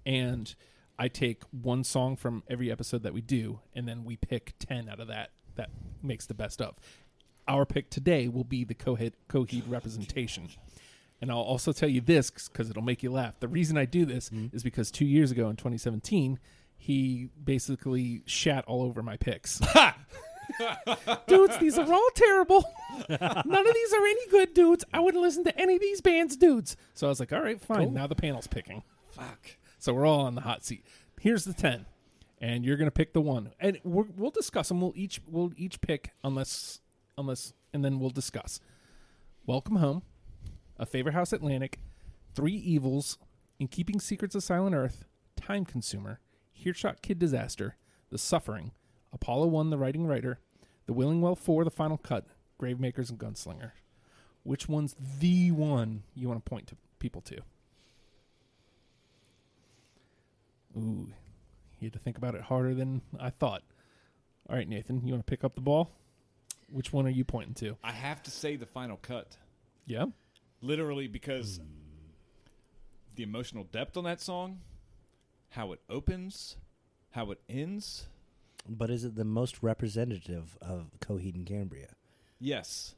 and I take one song from every episode that we do, and then we pick ten out of that that makes the best of. Our pick today will be the Coheed, Coheed representation. And I'll also tell you this because it'll make you laugh. The reason I do this is because two years ago in 2017, he basically shat all over my picks. dudes, these are all terrible. None of these are any good, dudes. I wouldn't listen to any of these bands, dudes. So I was like, all right, fine. Now the panel's picking. Fuck. So we're all on the hot seat. Here's the 10. And you're going to pick the one. And we're, we'll discuss them. We'll each, we'll each pick unless, unless, and then we'll discuss. Welcome Home, A Favorite House Atlantic, Three Evils, In Keeping Secrets of Silent Earth, Time Consumer, Hearshot Kid Disaster, The Suffering, Apollo 1, The Writing Writer, The Willingwell 4, The Final Cut, Gravemakers and Gunslinger. Which one's the one you want to point to people to? Ooh, you had to think about it harder than I thought. All right, Nathan, you want to pick up the ball? Which one are you pointing to? I have to say the final cut. Yeah. Literally because the emotional depth on that song, how it opens, how it ends. But is it the most representative of Coheed and Cambria? Yes.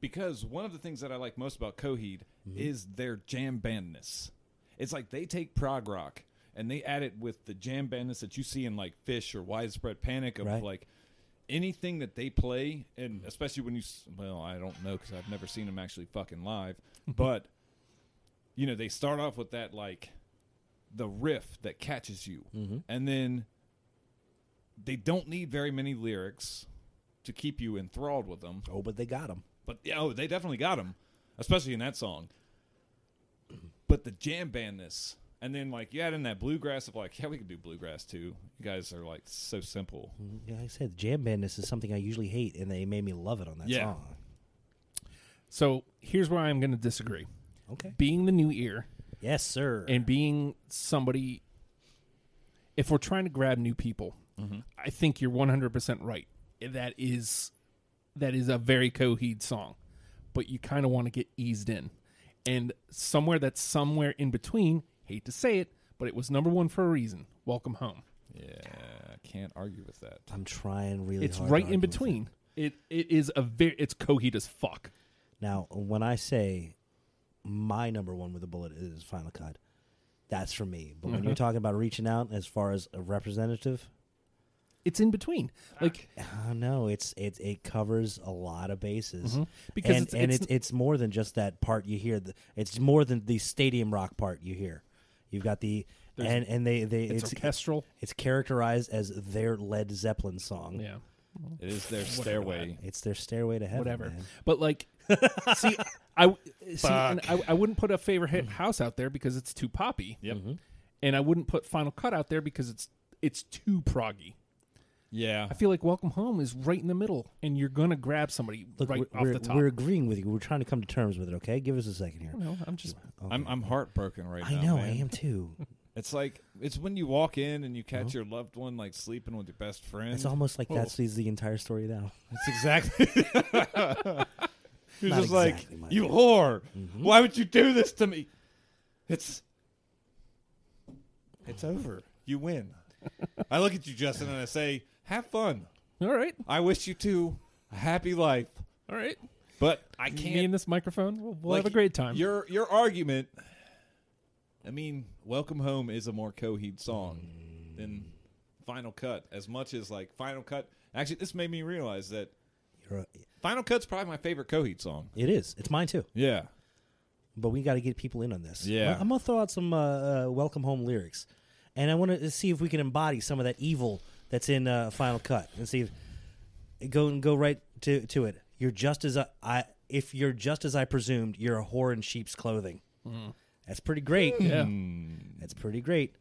Because one of the things that I like most about Coheed is their jam bandness. It's like they take prog rock and they add it with the jam bandness that you see in like Fish or Widespread Panic of Right. like anything that they play, and especially when you, s- well, I don't know because I've never seen them actually fucking live, but you know, they start off with that like the riff that catches you, and then they don't need very many lyrics to keep you enthralled with them. Oh, but they got him. But yeah, oh, they definitely got him, especially in that song. But the jam bandness, and then like you add in that bluegrass of like, yeah, we could do bluegrass too. You guys are like so simple. Like I said, jam bandness is something I usually hate, and they made me love it on that Yeah. song. So here's where I'm going to disagree. Okay. Being the new ear Yes, sir. and being somebody, if we're trying to grab new people, I think you're 100% right. That is, that is a very Coheed song, but you kind of want to get eased in. And somewhere that's somewhere in between, hate to say it, but it was number one for a reason. Welcome home. Yeah, I can't argue with that. I'm trying really It's hard. to right argue in with it. between. It it is a very it's coheed as fuck. Now, when I say my number one with a bullet is Final Cut, that's for me. But when you're Mm-hmm. talking about reaching out as far as a representative, It's in between. Like I don't know. It's it it covers a lot of bases Mm-hmm. Because and it's- and it's- it's, it's more than just that part you hear. The- It's more than the stadium rock part you hear. You've got the and and they they it's, it's it's, orchestral. characterized as their Led Zeppelin song. Yeah. It is their stairway. It's their stairway to heaven. Whatever. man. But like see I see, and I, I wouldn't put a favorite hit house out there because it's too poppy. Yep. And I wouldn't put Final Cut out there because it's it's too proggy. Yeah. I feel like Welcome Home is right in the middle, and you're gonna grab somebody Look, right we're, off we're, the top. we're agreeing with you. We're trying to come to terms with it. Okay, give us a second here. no, I'm just I'm I'm heartbroken right I now. know. eh? man. I am too. It's like it's when you walk in and you catch your loved one like sleeping with your best friend. It's almost like Whoa. that's the the entire story now. That's exactly. You're Not just exactly, like, Mike. Mm-hmm. you whore. Why would you do this to me? It's it's over. You win. I look at you, Justin, and I say, "Have fun. all right, I wish you two a happy life." all right. But I Me can't. and this microphone, we'll, we'll like, have a great time. Your your argument. I mean, "Welcome Home" is a more coheed song than Mm. "Final Cut." As much as like "Final Cut," actually, this made me realize that You're a- "Final Cut's" probably my favorite coheed song. It is. It's mine too. Yeah. but we got to get people in on this. Yeah. I'm- I'm gonna throw out some uh, uh, welcome home lyrics, and I want to see if we can embody some of that evil that's in uh, Final Cut, and see if go and go right to to it. You're just as I, I if you're just as I presumed, you're a whore in sheep's clothing. Mm. That's pretty great. yeah, That's pretty great.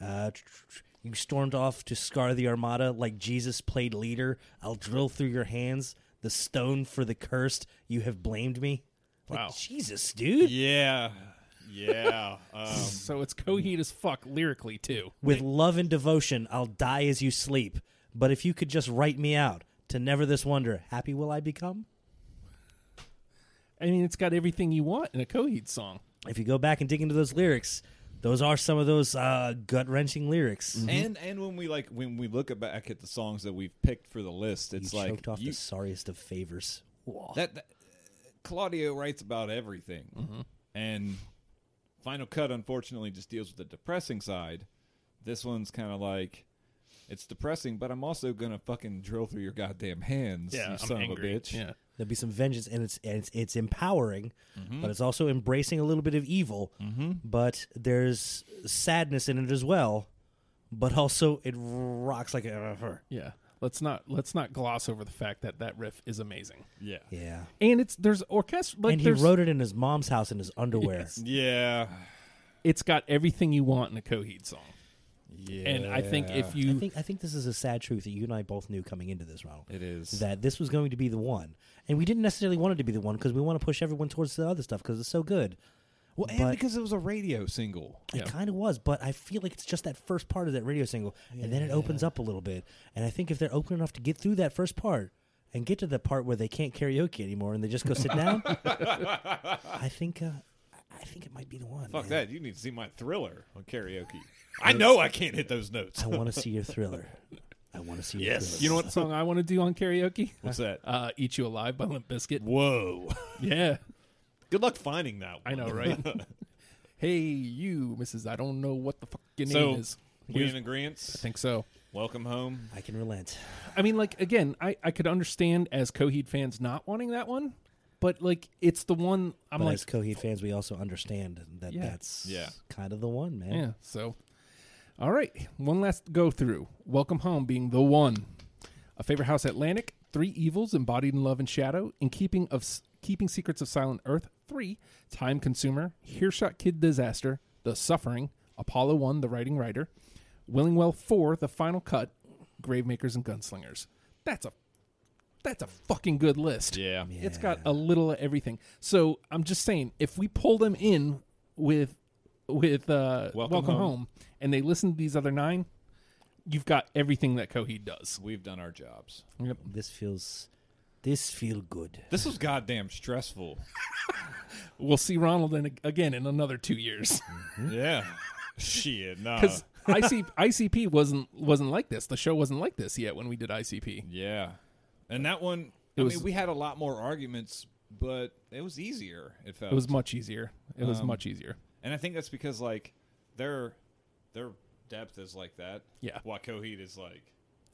Uh, tr- tr- tr- you stormed off to scar the armada like Jesus played leader. I'll drill through your hands the stone for the cursed. You have blamed me. Like, Wow. Jesus, dude. Yeah. Yeah. Um, so it's coheed as fuck lyrically too. With love and devotion, I'll die as you sleep. But if you could just write me out to never this wonder, happy will I become? I mean, it's got everything you want in a coheed song. If you go back and dig into those lyrics, those are some of those uh, gut wrenching lyrics. and and when we like when we look back at the songs that we've picked for the list, You it's like choked off you- the sorriest of favors. that, that- Claudio writes about everything, and Final Cut unfortunately just deals with the depressing side. This one's kind of like it's depressing, but I'm also gonna fucking drill through your goddamn hands, you I'm son angry. of a bitch. Yeah, There'll be some vengeance, and it's and it's, it's empowering, Mm-hmm. but it's also embracing a little bit of evil. But there's sadness in it as well. But also, it rocks like a. uh, yeah. Let's not let's not gloss over the fact that that riff is amazing, Yeah. Yeah. Yeah. and it's there's orchestra. Like and he there's, wrote it in his mom's house in his underwear. Yeah. it's got everything you want in a coheed song. And I think if I you think I think this is a sad truth that you and I both knew coming into this, Ronald. it is That this was going to be the one, and we didn't necessarily want it to be the one because we want to push everyone towards the other stuff because it's so good. well, and but- because it was a radio single. Yeah. It kind of was, but I feel like it's just that first part of that radio single, and then it opens up a little bit. And I think if they're open enough to get through that first part and get to the part where they can't karaoke anymore and they just go sit down, I think uh, I- I think it might be the one. Fuck man. that! You need to see my Thriller on karaoke. I know I can't hit those notes. I want to see your thriller. I want to see your Yes. thriller. you know what song I want to do on karaoke? What's that? Uh, "Eat You Alive" by Limp Bizkit. Whoa! Yeah, Good luck finding that. One. I know, right? hey, you, Mrs. I don't know what the fuck your So name is. we Here's- in agreement. I think so. Welcome home. I can relent. I mean, like again, I I could understand as Coheed fans not wanting that one, but like it's the one I'm but like, as Coheed fans, we also understand that Yeah. that's Yeah. kind of the one, man. yeah. So, all right, one last go through. Welcome home being the one. A favorite house Atlantic. Three evils embodied in love and shadow. In keeping of S- keeping secrets of silent earth. Three time consumer. Hearshot kid disaster. The suffering. Apollo one. The writing writer. Willingwell four. The final cut. Gravemakers and gunslingers. That's a that's a fucking good list. Yeah. It's got a little of everything. So I'm just saying, if we pull them in with with uh, Welcome Welcome, Home. home. and they listen to these other nine, you've got everything that Coheed does. We've done our jobs. Yep. This feels, this feel good. This was goddamn stressful. Uh. Hmm? We'll see Ronald in, again in another two years. yeah. Shit, no. because IC, ICP wasn't wasn't like this. The show wasn't like this yet when we did ICP. Yeah. And that one, It I was- mean, we had a lot more arguments, but it was easier, it felt. It was much easier. It Um. was much easier. and I think that's because, like, their their depth is like that. Yeah. While Coheed is like,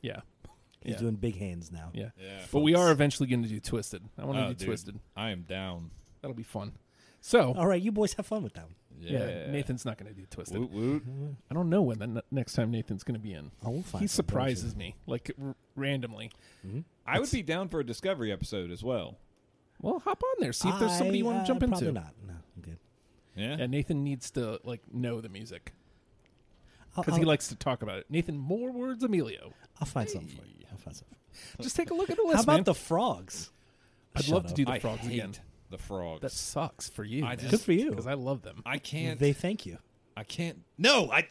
Yeah, He's doing big hands now. yeah. yeah. But we are eventually going to do Twisted. I want to Oh, do dude, Twisted. I am down. That'll be fun. So All right, you boys have fun with that one. yeah. Yeah. Nathan's not going to do Twisted. Woot woot. I don't know when the n- next time Nathan's going to be in. Oh, we'll he find some, don't you? surprises me like r- randomly. I would be down for a Discovery episode as well. Well, hop on there. See if there's somebody you want to I- jump uh, into. Probably not. No, I'm good. Yeah. Yeah, Nathan needs to like know the music I'll, because he I'll- likes to talk about it. Nathan, more words, Emilio. I'll find something for you. I'll find something. Just take a look at the list. How about man. the frogs? I'd Shut love to up. do the I frogs hate again. the frogs. That sucks for you. I Good for you. Because I love them. I can't. They thank you. I can't. No, I.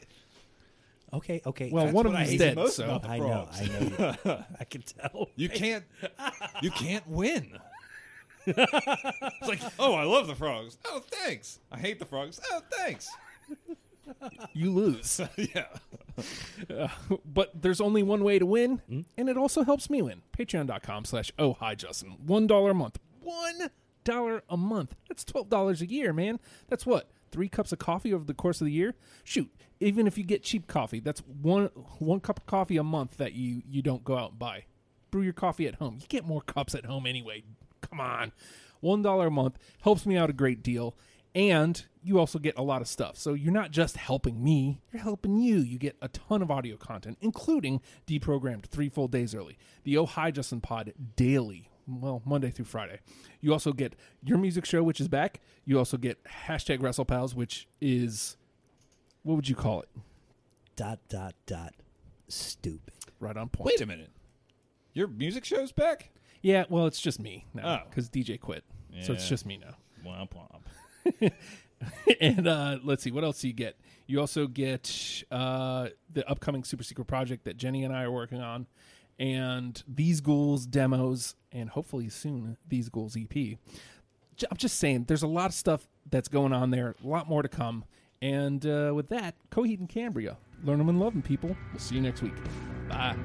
Okay, okay. Well, That's one of what what I them's hate dead. most so about I know. frogs. I know. you- I can tell. You can't. You can't win. it's like, oh, I love the frogs. Oh, thanks. I hate the frogs. Oh, thanks. you lose. yeah. but there's only one way to win, Hmm? and it also helps me win. Patreon.com slash oh hi Justin. One dollar a month. One dollar a month. That's twelve dollars a year, man. That's what? Three cups of coffee over the course of the year? Shoot, even if you get cheap coffee, that's one one cup of coffee a month that you you don't go out and buy. Brew your coffee at home. You get more cups at home anyway. Come on. One dollar a month helps me out a great deal and you also get a lot of stuff. So you're not just helping me, you're helping you. You get a ton of audio content, including deprogrammed three full days early, the Oh Hi Justin Pod daily, well, Monday through Friday. You also get your music show, which is back. You also get hashtag WrestlePals, which is what would you call it? Dot dot dot. Stupid. Right on point. Wait a minute. Your music show's back. Yeah, well, it's just me now Oh. because DJ quit. So it's Yeah. just me now. Womp womp. and uh, let's see what else do you get you also get uh, the upcoming super secret project that jenny and i are working on and these ghouls demos and hopefully soon these ghouls ep J- i'm just saying there's a lot of stuff that's going on there a lot more to come and uh, with that coheed and cambria learn them and love them people we'll see you next week bye